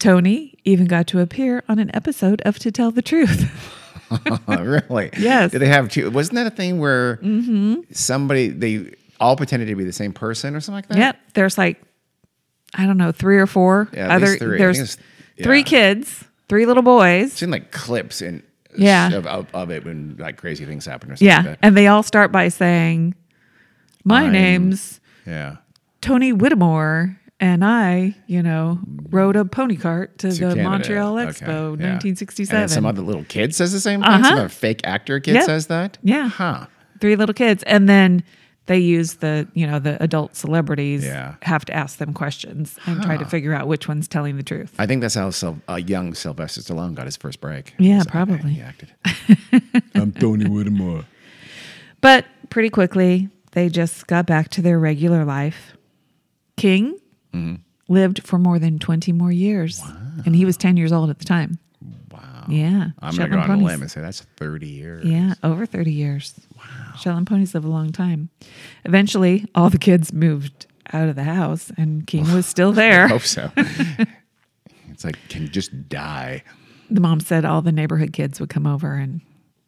[SPEAKER 2] Tony even got to appear on an episode of To Tell the Truth.
[SPEAKER 1] Oh, really?
[SPEAKER 2] Yes. Mm-hmm.
[SPEAKER 1] Did they have two? Wasn't that a thing where somebody, they all pretended to be the same person or something like that?
[SPEAKER 2] yep, there's like I don't know three or four
[SPEAKER 1] Yeah, at
[SPEAKER 2] other.
[SPEAKER 1] least three. I think
[SPEAKER 2] There's
[SPEAKER 1] it's-
[SPEAKER 2] three
[SPEAKER 1] yeah.
[SPEAKER 2] kids, three little boys.
[SPEAKER 1] Seen like clips and
[SPEAKER 2] Yeah.
[SPEAKER 1] of, of, of it when like crazy things happen or something
[SPEAKER 2] Yeah.
[SPEAKER 1] like that.
[SPEAKER 2] And they all start by saying, My
[SPEAKER 1] I'm-
[SPEAKER 2] name's
[SPEAKER 1] Yeah.
[SPEAKER 2] Tony Whittemore, and I, you know, rode a pony cart to,
[SPEAKER 1] to
[SPEAKER 2] the
[SPEAKER 1] Canada.
[SPEAKER 2] Montreal
[SPEAKER 1] Okay,
[SPEAKER 2] Expo,
[SPEAKER 1] yeah. And
[SPEAKER 2] 1967.
[SPEAKER 1] then some other little kid says the same thing. Some other fake actor kid
[SPEAKER 2] Yep.
[SPEAKER 1] says that.
[SPEAKER 2] Yeah.
[SPEAKER 1] Huh.
[SPEAKER 2] Three little kids. And then they use the, you know, the adult celebrities
[SPEAKER 1] Yeah.
[SPEAKER 2] have to ask them questions and try to figure out which one's telling the truth.
[SPEAKER 1] I think that's how Syl- uh, young Sylvester Stallone got his first break.
[SPEAKER 2] Yeah,
[SPEAKER 1] Was, uh,
[SPEAKER 2] probably.
[SPEAKER 1] He
[SPEAKER 2] [laughs]
[SPEAKER 1] acted. I'm Tony Whittemore.
[SPEAKER 2] But pretty quickly, they just got back to their regular life. King
[SPEAKER 1] Mm-hmm.
[SPEAKER 2] lived for more than 20 more years. And he was 10 years old at the time.
[SPEAKER 1] Wow.
[SPEAKER 2] Yeah.
[SPEAKER 1] I'm going to go on
[SPEAKER 2] Shetland
[SPEAKER 1] a
[SPEAKER 2] ponies.
[SPEAKER 1] limb and say that's 30 years.
[SPEAKER 2] Yeah, over 30 years. Wow. Shetland ponies live a long time. Eventually, all the kids moved out of the house and King
[SPEAKER 1] [laughs]
[SPEAKER 2] was still there.
[SPEAKER 1] Hope so. it's like, can you just die?
[SPEAKER 2] The mom said all the neighborhood kids would come over and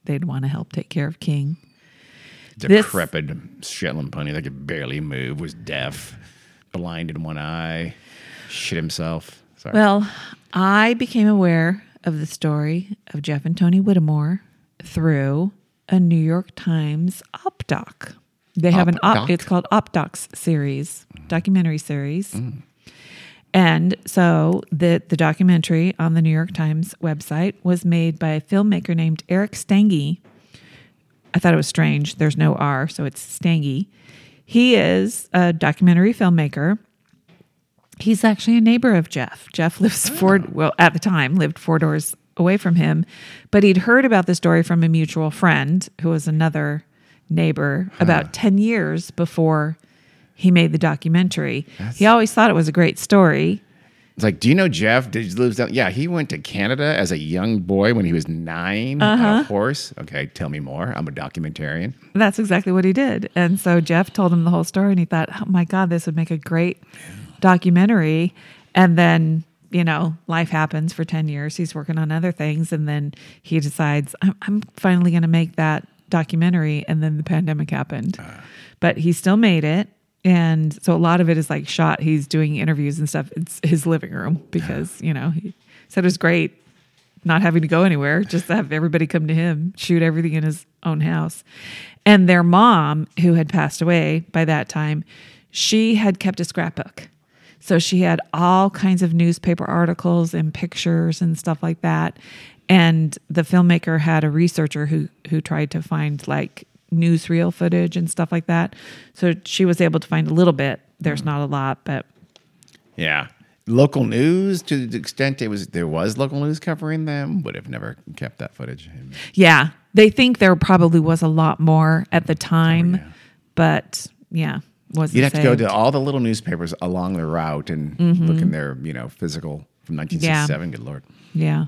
[SPEAKER 2] they'd want to help take care of King. This-
[SPEAKER 1] Decrepit Shetland pony that could barely move, was deaf, blind in one eye, shit himself. Sorry.
[SPEAKER 2] Well, I became aware of the story of Jeff and Tony Whittemore through a New York Times op-doc. They have an op.
[SPEAKER 1] Op-doc?
[SPEAKER 2] It's called Opdocs series, documentary series. And so the the documentary on the New York Times website was made by a filmmaker named Eric Stange. I thought it was strange. There's no R, so it's Stange. He is a documentary filmmaker. He's actually a neighbor of Jeff. Jeff lives four well at the time lived four doors away from him, but he'd heard about the story from a mutual friend who was another neighbor about 10 years before he made the documentary. he always thought it was a great story.
[SPEAKER 1] It's like, do you know Jeff? Did you live down? Yeah, he went to Canada as a young boy when he was 9 on
[SPEAKER 2] Uh-huh.
[SPEAKER 1] a horse. Okay, tell me more. I'm a documentarian.
[SPEAKER 2] That's exactly what he did. And so Jeff told him the whole story and he thought, "Oh my god, this would make a great documentary." And then you know, life happens for 10 years. He's working on other things. And then he decides, I'm, I'm finally going to make that documentary. And then the pandemic happened. But he still made it. And so a lot of it is like shot. He's doing interviews and stuff. It's his living room because, you know, he said it was great not having to go anywhere, just to have everybody come to him, shoot everything in his own house. And their mom, who had passed away by that time, she had kept a scrapbook. So she had all kinds of newspaper articles and pictures and stuff like that. And the filmmaker had a researcher who who tried to find like newsreel footage and stuff like that. So she was able to find a little bit. There's not a lot, but
[SPEAKER 1] Yeah. Local news, to the extent it was there was local news covering them, would have never kept that footage.
[SPEAKER 2] yeah, they think there probably was a lot more at the time,
[SPEAKER 1] Oh, yeah.
[SPEAKER 2] but yeah, wasn't.
[SPEAKER 1] You'd have to go
[SPEAKER 2] saved.
[SPEAKER 1] to all the little newspapers along the route and look in their, you know, physical from 1967. Good lord.
[SPEAKER 2] Mm-hmm. Yeah.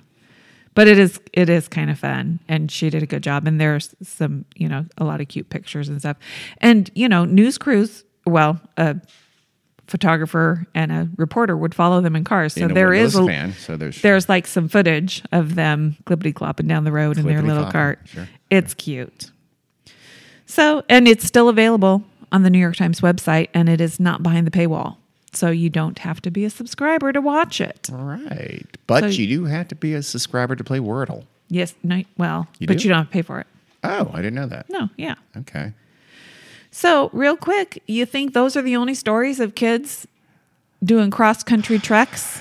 [SPEAKER 2] But it is it is kind of fun and she did a good job and there's some, you know, a lot of cute pictures and stuff. And, you know, news crews, well, a photographer and a reporter would follow them in cars. So
[SPEAKER 1] And a
[SPEAKER 2] there is
[SPEAKER 1] Willis
[SPEAKER 2] a,
[SPEAKER 1] fan, so there's
[SPEAKER 2] there's like some footage of them clippity clopping down the road in their little
[SPEAKER 1] Clippity-clopping,
[SPEAKER 2] cart.
[SPEAKER 1] sure.
[SPEAKER 2] It's cute. So, and it's still available on the New York Times website and it is not behind the paywall. So you don't have to be a subscriber to watch it.
[SPEAKER 1] right, but
[SPEAKER 2] So-
[SPEAKER 1] you do have to be a subscriber to play Wordle.
[SPEAKER 2] Yes, no, well,
[SPEAKER 1] You
[SPEAKER 2] but
[SPEAKER 1] do?
[SPEAKER 2] you don't have to pay for it.
[SPEAKER 1] Oh, I didn't know that.
[SPEAKER 2] No, yeah.
[SPEAKER 1] Okay,
[SPEAKER 2] So, real quick, you think those are the only stories of kids doing cross country treks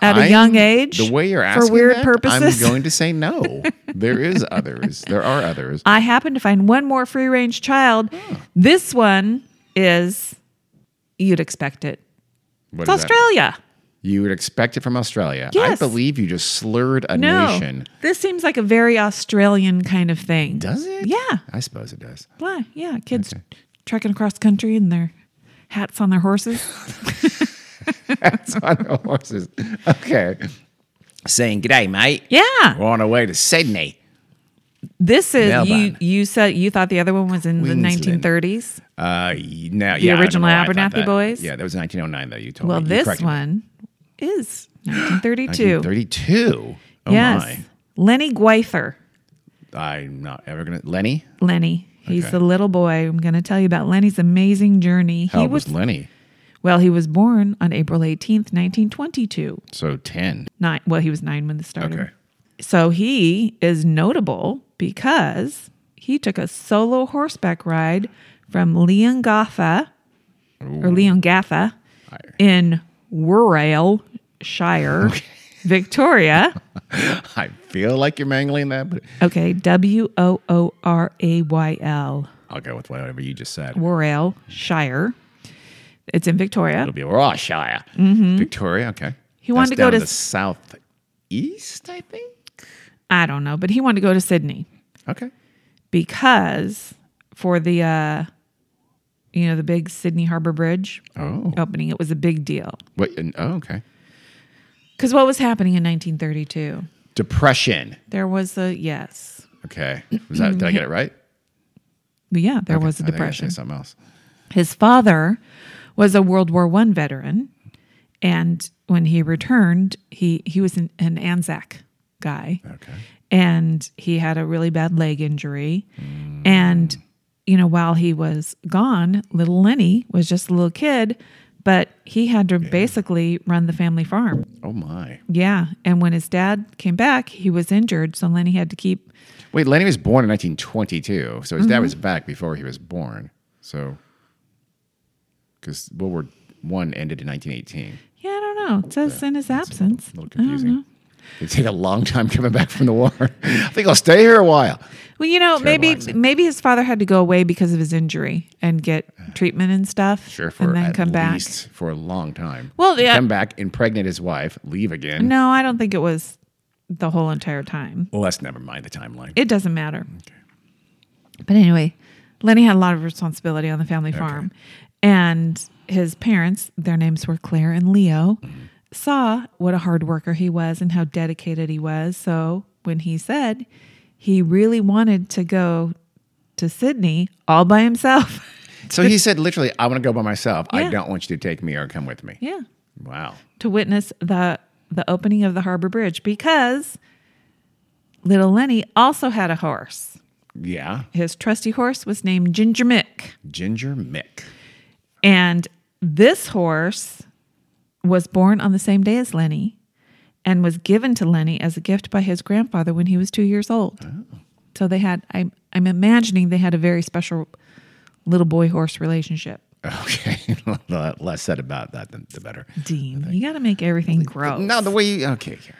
[SPEAKER 2] at a
[SPEAKER 1] I'm-
[SPEAKER 2] young age?
[SPEAKER 1] The way you're asking
[SPEAKER 2] for weird
[SPEAKER 1] that,
[SPEAKER 2] purposes.
[SPEAKER 1] I'm going to say
[SPEAKER 2] [laughs]
[SPEAKER 1] no. there is others. There are others.
[SPEAKER 2] I happen to find one more free range child.
[SPEAKER 1] Hmm.
[SPEAKER 2] This one is you'd expect it.
[SPEAKER 1] What
[SPEAKER 2] It's
[SPEAKER 1] is that?
[SPEAKER 2] Australia.
[SPEAKER 1] You would expect it from Australia.
[SPEAKER 2] Yes.
[SPEAKER 1] I believe you just slurred a
[SPEAKER 2] No,
[SPEAKER 1] nation.
[SPEAKER 2] this seems like a very Australian kind of thing.
[SPEAKER 1] Does it?
[SPEAKER 2] Yeah.
[SPEAKER 1] I suppose it does. [laughs]
[SPEAKER 2] Why? Yeah, kids trekking across country in their hats on
[SPEAKER 1] [laughs]
[SPEAKER 2] their horses.
[SPEAKER 1] It's on the horses. Okay. Saying g'day, mate.
[SPEAKER 2] Yeah.
[SPEAKER 1] We're on our way to Sydney.
[SPEAKER 2] This is
[SPEAKER 1] Melbourne.
[SPEAKER 2] you. You said you thought the other one was in
[SPEAKER 1] Queensland.
[SPEAKER 2] the 1930s.
[SPEAKER 1] Uh, y- now, the
[SPEAKER 2] original Abernathy Boys?
[SPEAKER 1] Yeah, that was 1909 though. You told
[SPEAKER 2] Well,
[SPEAKER 1] me. You
[SPEAKER 2] this
[SPEAKER 1] corrected me.
[SPEAKER 2] one
[SPEAKER 1] [gasps]
[SPEAKER 2] is 1932.
[SPEAKER 1] 1932. Oh
[SPEAKER 2] yes, Lenny Gwyfer.
[SPEAKER 1] my! I'm not ever gonna. Lenny.
[SPEAKER 2] Lenny. He's
[SPEAKER 1] Okay.
[SPEAKER 2] the little boy. I'm going to tell you about Lenny's amazing journey.
[SPEAKER 1] How
[SPEAKER 2] he
[SPEAKER 1] old was Lenny?
[SPEAKER 2] well. He was born on April 18th, 1922.
[SPEAKER 1] So 10.
[SPEAKER 2] Nine. Well, he was nine when this started.
[SPEAKER 1] Okay.
[SPEAKER 2] So he is notable because he took a solo horseback ride from Leongatha or Leongatha in Wirral Shire, Victoria.
[SPEAKER 1] [laughs]
[SPEAKER 2] [laughs]
[SPEAKER 1] I feel like you're mangling that, but
[SPEAKER 2] Okay, W O O R A Y L,
[SPEAKER 1] I'll go with whatever you just said.
[SPEAKER 2] Wirral Shire. It's in Victoria.
[SPEAKER 1] It'll be Rawshire, Victoria. Okay.
[SPEAKER 2] Mm-hmm. He wanted to
[SPEAKER 1] down
[SPEAKER 2] go to
[SPEAKER 1] the
[SPEAKER 2] s-
[SPEAKER 1] southeast, I think.
[SPEAKER 2] I don't know, but he wanted to go to Sydney.
[SPEAKER 1] Okay.
[SPEAKER 2] because for the uh you know the big Sydney Harbor Bridge
[SPEAKER 1] Oh.
[SPEAKER 2] opening, it was a big deal.
[SPEAKER 1] What? and- Oh, okay.
[SPEAKER 2] Because what was happening in 1932?
[SPEAKER 1] Depression.
[SPEAKER 2] There was a yes,
[SPEAKER 1] Okay. Was that? did I get it right?
[SPEAKER 2] But yeah, there was a
[SPEAKER 1] I think I said
[SPEAKER 2] depression.
[SPEAKER 1] something else.
[SPEAKER 2] His father was a World War One veteran, and when he returned, he he was an, an Anzac guy.
[SPEAKER 1] Okay.
[SPEAKER 2] and he had a really bad leg injury. And, you know, while he was gone, little Lenny was just a little kid, but he had to basically run the family farm.
[SPEAKER 1] Oh my.
[SPEAKER 2] Yeah. And when his dad came back, he was injured. So Lenny had to keep,
[SPEAKER 1] Wait, Lenny was born in 1922, so his
[SPEAKER 2] Mm-hmm.
[SPEAKER 1] dad was back before he was born. So, because World War One ended in 1918.
[SPEAKER 2] yeah, I don't know. It says in his absence.
[SPEAKER 1] A little
[SPEAKER 2] Mm-hmm.
[SPEAKER 1] confusing. It took a long time coming back from the war. [laughs] I think I'll stay here a while.
[SPEAKER 2] Well, you know, maybe
[SPEAKER 1] accent.
[SPEAKER 2] maybe his father had to go away because of his injury and get treatment and stuff.
[SPEAKER 1] Sure, for
[SPEAKER 2] and then
[SPEAKER 1] at
[SPEAKER 2] come back.
[SPEAKER 1] least for a long time.
[SPEAKER 2] Well, yeah.
[SPEAKER 1] come back, impregnate his wife, leave again.
[SPEAKER 2] No, I don't think it was the whole entire time.
[SPEAKER 1] Well, that's never mind the timeline.
[SPEAKER 2] It doesn't matter. But anyway, Lenny had a lot of responsibility on the family farm. And his parents, their names were Claire and Leo, saw what a hard worker he was and how dedicated he was. So when he said he really wanted to go to Sydney all by himself. [laughs]
[SPEAKER 1] so he said, literally, I want to go by myself. I
[SPEAKER 2] Yeah.
[SPEAKER 1] don't want you to take me or come with me.
[SPEAKER 2] yeah.
[SPEAKER 1] Wow.
[SPEAKER 2] to witness the the opening of the harbor bridge because little Lenny also had a horse.
[SPEAKER 1] Yeah.
[SPEAKER 2] His trusty horse was named Ginger Mick.
[SPEAKER 1] Ginger Mick.
[SPEAKER 2] And this horse was born on the same day as Lenny and was given to Lenny as a gift by his grandfather when he was two years old.
[SPEAKER 1] Oh.
[SPEAKER 2] So they had, I'm, I'm imagining they had a very special little boy horse relationship.
[SPEAKER 1] Okay, [laughs] the less said about that, the, the better.
[SPEAKER 2] Dean, you got to make everything grow.
[SPEAKER 1] No, the way you, okay, Carrie.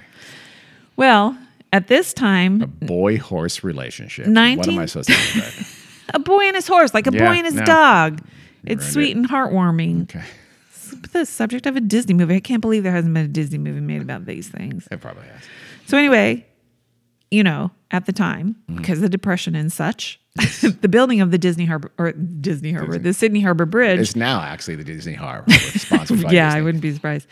[SPEAKER 2] Well, at this time,
[SPEAKER 1] boy horse relationship. What am I
[SPEAKER 2] 19
[SPEAKER 1] supposed to do with that?
[SPEAKER 2] a boy and his horse, like a
[SPEAKER 1] Yeah,
[SPEAKER 2] boy and his
[SPEAKER 1] no.
[SPEAKER 2] dog.
[SPEAKER 1] ruined
[SPEAKER 2] It's sweet
[SPEAKER 1] it.
[SPEAKER 2] and [laughs] heartwarming.
[SPEAKER 1] Okay,
[SPEAKER 2] It's the subject of a Disney movie. I can't believe there hasn't been a Disney movie made about these things.
[SPEAKER 1] it probably has.
[SPEAKER 2] So anyway, you know, at the time,
[SPEAKER 1] Mm-hmm.
[SPEAKER 2] because the depression and such, [laughs] the building of the Disney Harbor or Disney Harbor, the Sydney Harbor Bridge.
[SPEAKER 1] It's now actually the Disney Harbor
[SPEAKER 2] [laughs]
[SPEAKER 1] sponsored by
[SPEAKER 2] yeah, I
[SPEAKER 1] Disney.
[SPEAKER 2] wouldn't be surprised.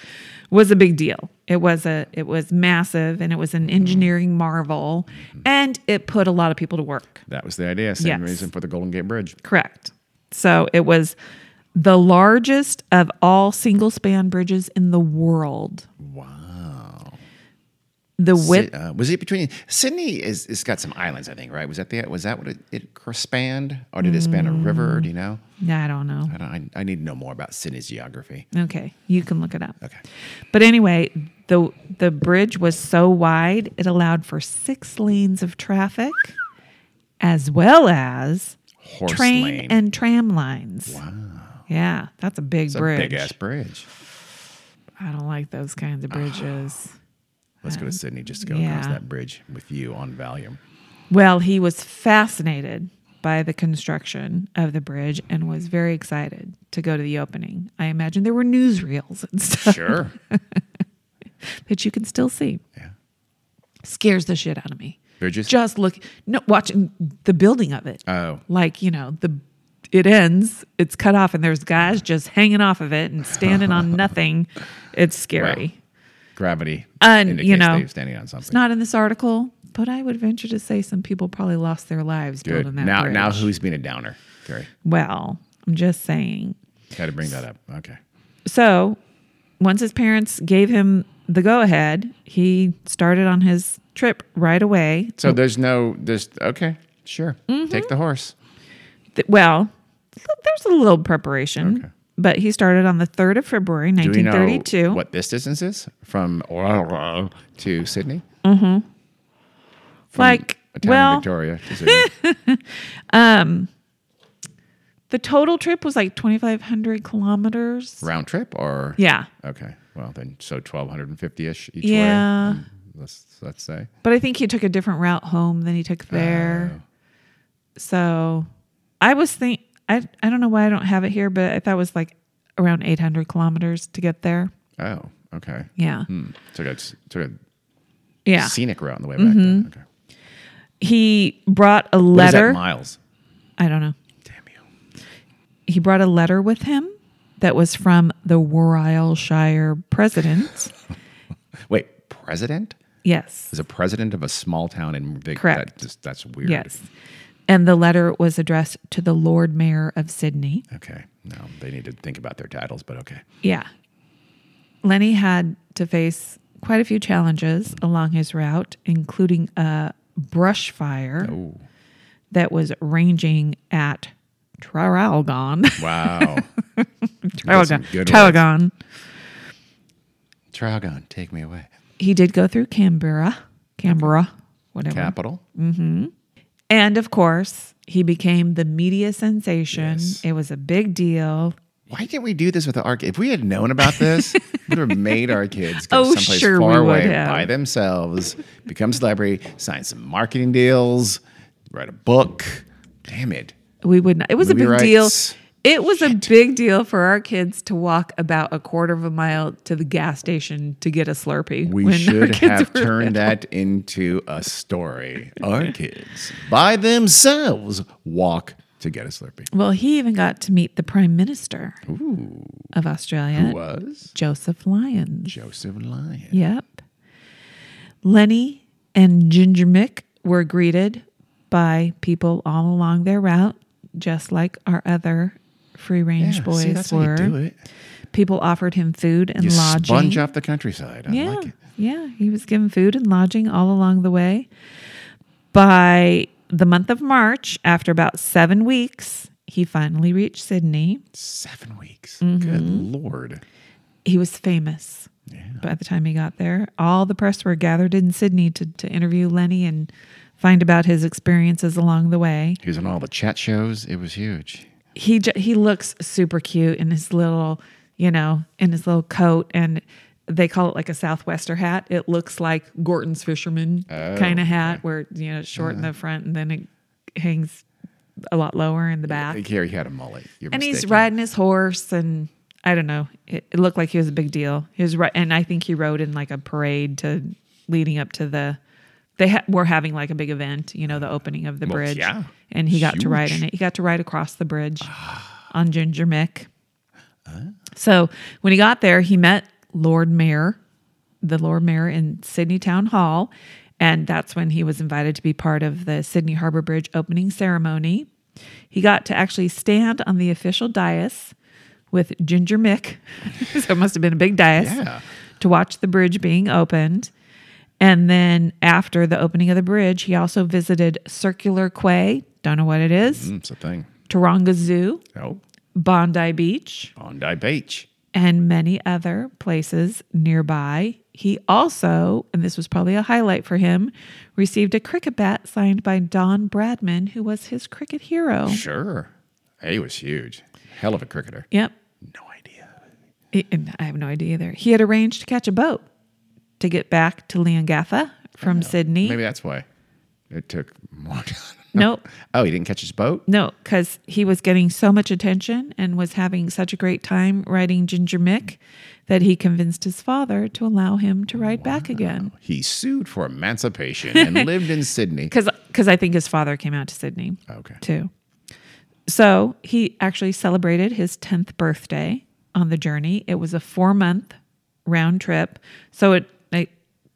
[SPEAKER 2] Was a big deal. It was a it was massive and it was
[SPEAKER 1] Mm-hmm.
[SPEAKER 2] an engineering marvel and it put a lot of people to work.
[SPEAKER 1] That was the idea. Same
[SPEAKER 2] Yes.
[SPEAKER 1] reason for the Golden Gate Bridge.
[SPEAKER 2] Correct. So it was the largest of all single span bridges in the world.
[SPEAKER 1] Wow.
[SPEAKER 2] The width
[SPEAKER 1] It, uh, was it between Sydney? Is it's got some islands, I think, right? Was that the was that what it, it spanned, or did it span a river?
[SPEAKER 2] Mm.
[SPEAKER 1] Do you know?
[SPEAKER 2] I don't know.
[SPEAKER 1] I don't. I, I need to know more about Sydney's geography.
[SPEAKER 2] Okay, you can look it up.
[SPEAKER 1] Okay.
[SPEAKER 2] But anyway, the the bridge was so wide it allowed for six lanes of traffic, as well as
[SPEAKER 1] Horse
[SPEAKER 2] train
[SPEAKER 1] lane.
[SPEAKER 2] and tram lines. Wow. Yeah, that's a big
[SPEAKER 1] it's
[SPEAKER 2] bridge.
[SPEAKER 1] a big ass bridge.
[SPEAKER 2] I don't like those kinds of bridges.
[SPEAKER 1] Let's go to Sydney just to go across
[SPEAKER 2] yeah.
[SPEAKER 1] that bridge with you on
[SPEAKER 2] [laughs]
[SPEAKER 1] Valium.
[SPEAKER 2] [sighs] Well, he was fascinated by the construction of the bridge and was very excited to go to the opening. I imagine there were newsreels and [laughs] stuff
[SPEAKER 1] Sure.
[SPEAKER 2] that you can still see.
[SPEAKER 1] yeah.
[SPEAKER 2] Scares the shit out of me.
[SPEAKER 1] Bridges.
[SPEAKER 2] Just look, no, watching the building of it.
[SPEAKER 1] oh,
[SPEAKER 2] like you know the it ends it's cut off and there's guys just hanging off of it and standing
[SPEAKER 1] [laughs]
[SPEAKER 2] on nothing it's scary
[SPEAKER 1] gravity.
[SPEAKER 2] And,
[SPEAKER 1] indicates
[SPEAKER 2] you know,
[SPEAKER 1] they're standing on something.
[SPEAKER 2] it's not in this article but i would venture to say some people probably lost their lives
[SPEAKER 1] Good.
[SPEAKER 2] building that
[SPEAKER 1] Now,
[SPEAKER 2] bridge.
[SPEAKER 1] now who's being a downer? Gary,
[SPEAKER 2] well i'm just saying
[SPEAKER 1] got to bring that up. Okay.
[SPEAKER 2] so once his parents gave him the go ahead he started on his trip right away
[SPEAKER 1] So there's no there's okay. Sure.
[SPEAKER 2] Mm-hmm.
[SPEAKER 1] Take the horse.
[SPEAKER 2] Th- well there's a little preparation
[SPEAKER 1] Okay.
[SPEAKER 2] but he started on the 3rd of february
[SPEAKER 1] Do we know
[SPEAKER 2] 1932
[SPEAKER 1] what this distance is from Ororo to Sydney?
[SPEAKER 2] Mm-hmm. like
[SPEAKER 1] A town in
[SPEAKER 2] well
[SPEAKER 1] Victoria to
[SPEAKER 2] [laughs]
[SPEAKER 1] Sydney.
[SPEAKER 2] The total trip was like 2,500 kilometers.
[SPEAKER 1] Round trip or
[SPEAKER 2] Yeah.
[SPEAKER 1] Okay. Well then, so twelve hundred and fifty ish each
[SPEAKER 2] Yeah.
[SPEAKER 1] way. um, Let's let's say.
[SPEAKER 2] But I think he took a different route home than he took there.
[SPEAKER 1] Oh.
[SPEAKER 2] so I was think I, I don't know why I don't have it here, but I thought it was like around 800 kilometers to get there.
[SPEAKER 1] Oh, okay.
[SPEAKER 2] Yeah.
[SPEAKER 1] Hmm. Took a took a
[SPEAKER 2] Yeah. Mm-hmm.
[SPEAKER 1] scenic route on the way back. Then. Okay.
[SPEAKER 2] He brought a
[SPEAKER 1] What is that,
[SPEAKER 2] letter.
[SPEAKER 1] miles?
[SPEAKER 2] I don't know.
[SPEAKER 1] Damn you.
[SPEAKER 2] He brought a letter with him that was from the Warwickshire president.
[SPEAKER 1] Wait, president?
[SPEAKER 2] yes.
[SPEAKER 1] Is a president of a small town in Vic?
[SPEAKER 2] Correct.
[SPEAKER 1] That just, that's weird.
[SPEAKER 2] Yes. And the letter was addressed to the Lord Mayor of Sydney.
[SPEAKER 1] Okay. No, they need to think about their titles, but okay.
[SPEAKER 2] Yeah. Lenny had to face quite a few challenges along his route, including a brush fire
[SPEAKER 1] Ooh.
[SPEAKER 2] that was ranging at Traralgon. [laughs]
[SPEAKER 1] Wow. Got some
[SPEAKER 2] Traralgon.
[SPEAKER 1] good ones.
[SPEAKER 2] Traralgon.
[SPEAKER 1] Tragon, take me away.
[SPEAKER 2] He did go through Canberra, Canberra, whatever.
[SPEAKER 1] Capital.
[SPEAKER 2] And of course, he became the media sensation.
[SPEAKER 1] Yes.
[SPEAKER 2] It was a big deal.
[SPEAKER 1] Why didn't we do this with our kids? If we had known about this, we'd have made our kids go
[SPEAKER 2] [laughs] Oh,
[SPEAKER 1] someplace
[SPEAKER 2] sure we
[SPEAKER 1] far
[SPEAKER 2] would
[SPEAKER 1] away
[SPEAKER 2] have.
[SPEAKER 1] by themselves, become celebrity, sign some marketing deals, write a book. Damn it.
[SPEAKER 2] We would not. It was
[SPEAKER 1] Movie
[SPEAKER 2] a big deal.
[SPEAKER 1] rights.
[SPEAKER 2] It was a big deal for our kids to walk about a quarter of a mile to the gas station to get a Slurpee.
[SPEAKER 1] We
[SPEAKER 2] when our
[SPEAKER 1] should
[SPEAKER 2] kids
[SPEAKER 1] have
[SPEAKER 2] were-
[SPEAKER 1] turned that into a story. Our kids by themselves walk to get a Slurpee.
[SPEAKER 2] Well, he even got to meet the Prime Minister of Australia,
[SPEAKER 1] uh, Was
[SPEAKER 2] Joseph Lyons.
[SPEAKER 1] Joseph Lyon.
[SPEAKER 2] Yep. Lenny and Ginger Mick were greeted by people all along their route, just like our other free range boys
[SPEAKER 1] see, that's
[SPEAKER 2] were.
[SPEAKER 1] how you do it.
[SPEAKER 2] People offered him food and
[SPEAKER 1] You
[SPEAKER 2] lodging.
[SPEAKER 1] sponge off the countryside. I
[SPEAKER 2] Yeah.
[SPEAKER 1] like it.
[SPEAKER 2] Yeah. He was given food and lodging all along the way. By the month of March, after about seven weeks, he finally reached Sydney.
[SPEAKER 1] Seven weeks.
[SPEAKER 2] Mm-hmm.
[SPEAKER 1] Good lord.
[SPEAKER 2] He was famous by the time he got there. All the press were gathered in Sydney to, to interview Lenny and find about his experiences along the way.
[SPEAKER 1] He was on all the chat shows. It was huge.
[SPEAKER 2] he ju- he looks super cute in his little you know in his little coat and they call it like a southwester hat it looks like gorton's fisherman kind of hat where you know it's short in the front and then it hangs a lot lower in the back
[SPEAKER 1] Like here he had a mullet. You're
[SPEAKER 2] and he's
[SPEAKER 1] mistaken.
[SPEAKER 2] riding his horse and i don't know it, it looked like he was a big deal he was ri- and i think he rode in like a parade to leading up to the they ha- were having like a big event you know the opening of the
[SPEAKER 1] Well,
[SPEAKER 2] bridge
[SPEAKER 1] yeah.
[SPEAKER 2] and he got to ride
[SPEAKER 1] Huge.
[SPEAKER 2] in it he got to ride across the bridge on ginger mick so when he got there he met lord mayor the lord mayor in sydney town hall and that's when he was invited to be part of the sydney harbor bridge opening ceremony he got to actually stand on the official dais with Ginger Mick. [laughs] so it must have been a big dais
[SPEAKER 1] Yeah.
[SPEAKER 2] to watch the bridge being opened. And then after the opening of the bridge, he also visited Circular Quay, don't know what it is,
[SPEAKER 1] Mm, it's a thing.
[SPEAKER 2] Taronga Zoo,
[SPEAKER 1] Oh,
[SPEAKER 2] Bondi Beach,
[SPEAKER 1] Bondi Beach.
[SPEAKER 2] and many other places nearby. He also, and this was probably a highlight for him, received a cricket bat signed by Don Bradman, who was his cricket hero.
[SPEAKER 1] Sure. He was huge. Hell of a cricketer.
[SPEAKER 2] Yep,
[SPEAKER 1] No idea.
[SPEAKER 2] I and I have no idea either. He had arranged to catch a boat to get back to Leongatha from Sydney.
[SPEAKER 1] Maybe that's why it took more [laughs] time.
[SPEAKER 2] Nope.
[SPEAKER 1] Oh, he didn't catch his boat?
[SPEAKER 2] No, because he was getting so much attention and was having such a great time riding Ginger Mick that he convinced his father to allow him to ride back again.
[SPEAKER 1] He sued for emancipation
[SPEAKER 2] [laughs]
[SPEAKER 1] and lived in Sydney.
[SPEAKER 2] Because I think his father came out to Sydney
[SPEAKER 1] Okay.
[SPEAKER 2] too. So he actually celebrated his 10th birthday on the journey. It was a four month round trip. So it, it,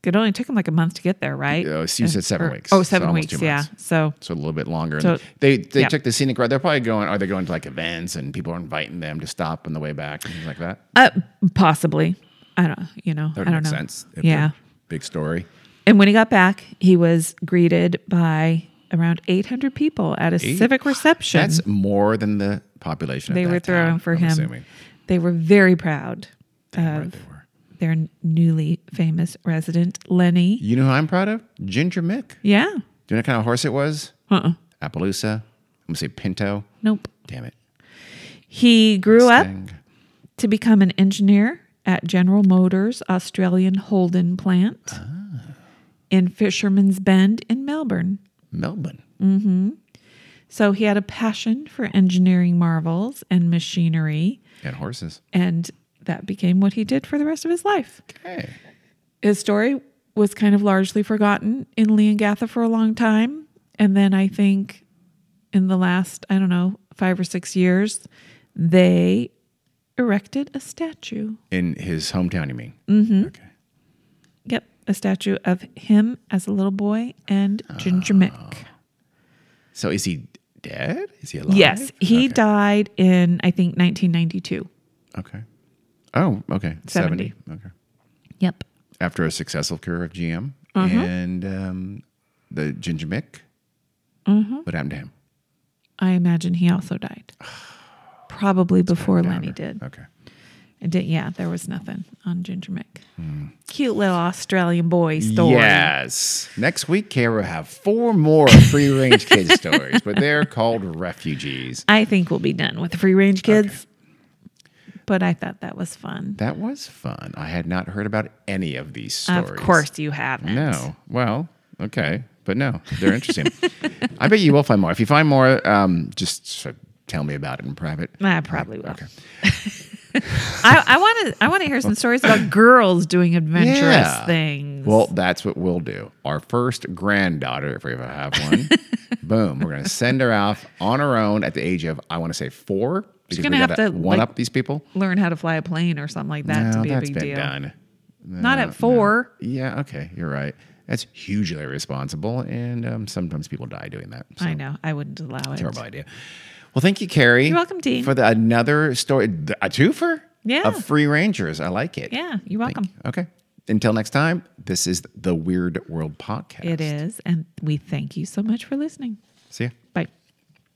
[SPEAKER 2] it only took him like a month to get there, right?
[SPEAKER 1] Oh, so you said seven
[SPEAKER 2] Or-
[SPEAKER 1] weeks.
[SPEAKER 2] Oh,
[SPEAKER 1] So
[SPEAKER 2] seven
[SPEAKER 1] almost
[SPEAKER 2] weeks.
[SPEAKER 1] two
[SPEAKER 2] Yeah.
[SPEAKER 1] months.
[SPEAKER 2] So
[SPEAKER 1] So a little bit longer.
[SPEAKER 2] So-
[SPEAKER 1] and they they
[SPEAKER 2] yeah.
[SPEAKER 1] took the scenic route. They're probably going. Are they going to like events and people are inviting them to stop on the way back and things like that?
[SPEAKER 2] uh, possibly, I don't, you know,
[SPEAKER 1] That would
[SPEAKER 2] I don't
[SPEAKER 1] make
[SPEAKER 2] know.
[SPEAKER 1] sense. if
[SPEAKER 2] Yeah.
[SPEAKER 1] they're Big story.
[SPEAKER 2] And when he got back, he was greeted by around 800 people at a civic reception.
[SPEAKER 1] That's more than the population. of
[SPEAKER 2] they
[SPEAKER 1] that
[SPEAKER 2] were throwing
[SPEAKER 1] town,
[SPEAKER 2] for
[SPEAKER 1] I'm
[SPEAKER 2] him.
[SPEAKER 1] Assuming.
[SPEAKER 2] They were very proud
[SPEAKER 1] Right,
[SPEAKER 2] of
[SPEAKER 1] they were.
[SPEAKER 2] their newly famous resident, Lenny.
[SPEAKER 1] You know who I'm proud of? Ginger Mick.
[SPEAKER 2] Yeah.
[SPEAKER 1] Do you know what kind of horse it was?
[SPEAKER 2] Uh-uh.
[SPEAKER 1] Appaloosa. I'm gonna say Pinto.
[SPEAKER 2] Nope.
[SPEAKER 1] Damn it.
[SPEAKER 2] He grew up
[SPEAKER 1] Sting.
[SPEAKER 2] to become an engineer at General Motors Australian Holden plant in Fisherman's Bend in Melbourne.
[SPEAKER 1] Melbourne.
[SPEAKER 2] So he had a passion for engineering marvels and machinery,
[SPEAKER 1] And horses.
[SPEAKER 2] and that became what he did for the rest of his life.
[SPEAKER 1] Okay.
[SPEAKER 2] His story was kind of largely forgotten in Leongatha for a long time. And then I think in the last, I don't know, five or six years, they erected a statue.
[SPEAKER 1] In his hometown, you mean? Mm-hmm. Okay.
[SPEAKER 2] Yep, a statue of him as a little boy and Ginger Mick.
[SPEAKER 1] So is he dead? Is he alive?
[SPEAKER 2] Yes, he died in, I think, 1992.
[SPEAKER 1] Okay. Oh, okay.
[SPEAKER 2] 70.
[SPEAKER 1] 70. Okay.
[SPEAKER 2] Yep. Mm-hmm.
[SPEAKER 1] After a successful career of GM and um, the Ginger Mick.
[SPEAKER 2] Mm-hmm.
[SPEAKER 1] What happened to him?
[SPEAKER 2] I imagine he also died. Probably before Lenny did.
[SPEAKER 1] Okay.
[SPEAKER 2] It did. Yeah, there was nothing on Ginger Mick. Cute little Australian boy story.
[SPEAKER 1] Yes. Next week, Kara will have four more free range
[SPEAKER 2] [laughs]
[SPEAKER 1] kid stories, but they're called refugees.
[SPEAKER 2] I think we'll be done with the free range kids. But I thought that was fun.
[SPEAKER 1] That was fun. I had not heard about any of these stories.
[SPEAKER 2] Of course you haven't.
[SPEAKER 1] No. Well, okay. But no, they're interesting. [laughs] I bet you will find more. If you find more, um, just sort of tell me about it in private.
[SPEAKER 2] I probably will. [laughs] I, I want to. I want to hear some stories about girls doing adventurous
[SPEAKER 1] Yeah.
[SPEAKER 2] things.
[SPEAKER 1] Well, that's what we'll do. Our first granddaughter, if we ever have
[SPEAKER 2] [laughs]
[SPEAKER 1] one, boom, we're going to send her off on her own at the age of, I want to say four. Because
[SPEAKER 2] gonna
[SPEAKER 1] we
[SPEAKER 2] have
[SPEAKER 1] gotta
[SPEAKER 2] to,
[SPEAKER 1] one
[SPEAKER 2] like,
[SPEAKER 1] up these people.
[SPEAKER 2] learn how to fly a plane or something like that to
[SPEAKER 1] No,
[SPEAKER 2] be a
[SPEAKER 1] that's
[SPEAKER 2] big
[SPEAKER 1] been
[SPEAKER 2] deal.
[SPEAKER 1] done.
[SPEAKER 2] Not at four.
[SPEAKER 1] Yeah, okay, you're right. That's hugely irresponsible, and um, sometimes people die doing that. So.
[SPEAKER 2] I know. I wouldn't allow it.
[SPEAKER 1] Terrible idea. Well, thank you, Carrie. You're
[SPEAKER 2] welcome, Dean.
[SPEAKER 1] For the, another story, th- a twofer
[SPEAKER 2] Yeah.
[SPEAKER 1] of Free Rangers. I like it.
[SPEAKER 2] Yeah, you're welcome.
[SPEAKER 1] Okay. Until next time, this is the Weird World Podcast.
[SPEAKER 2] It is, and we thank you so much for listening.
[SPEAKER 1] See ya.
[SPEAKER 2] Bye.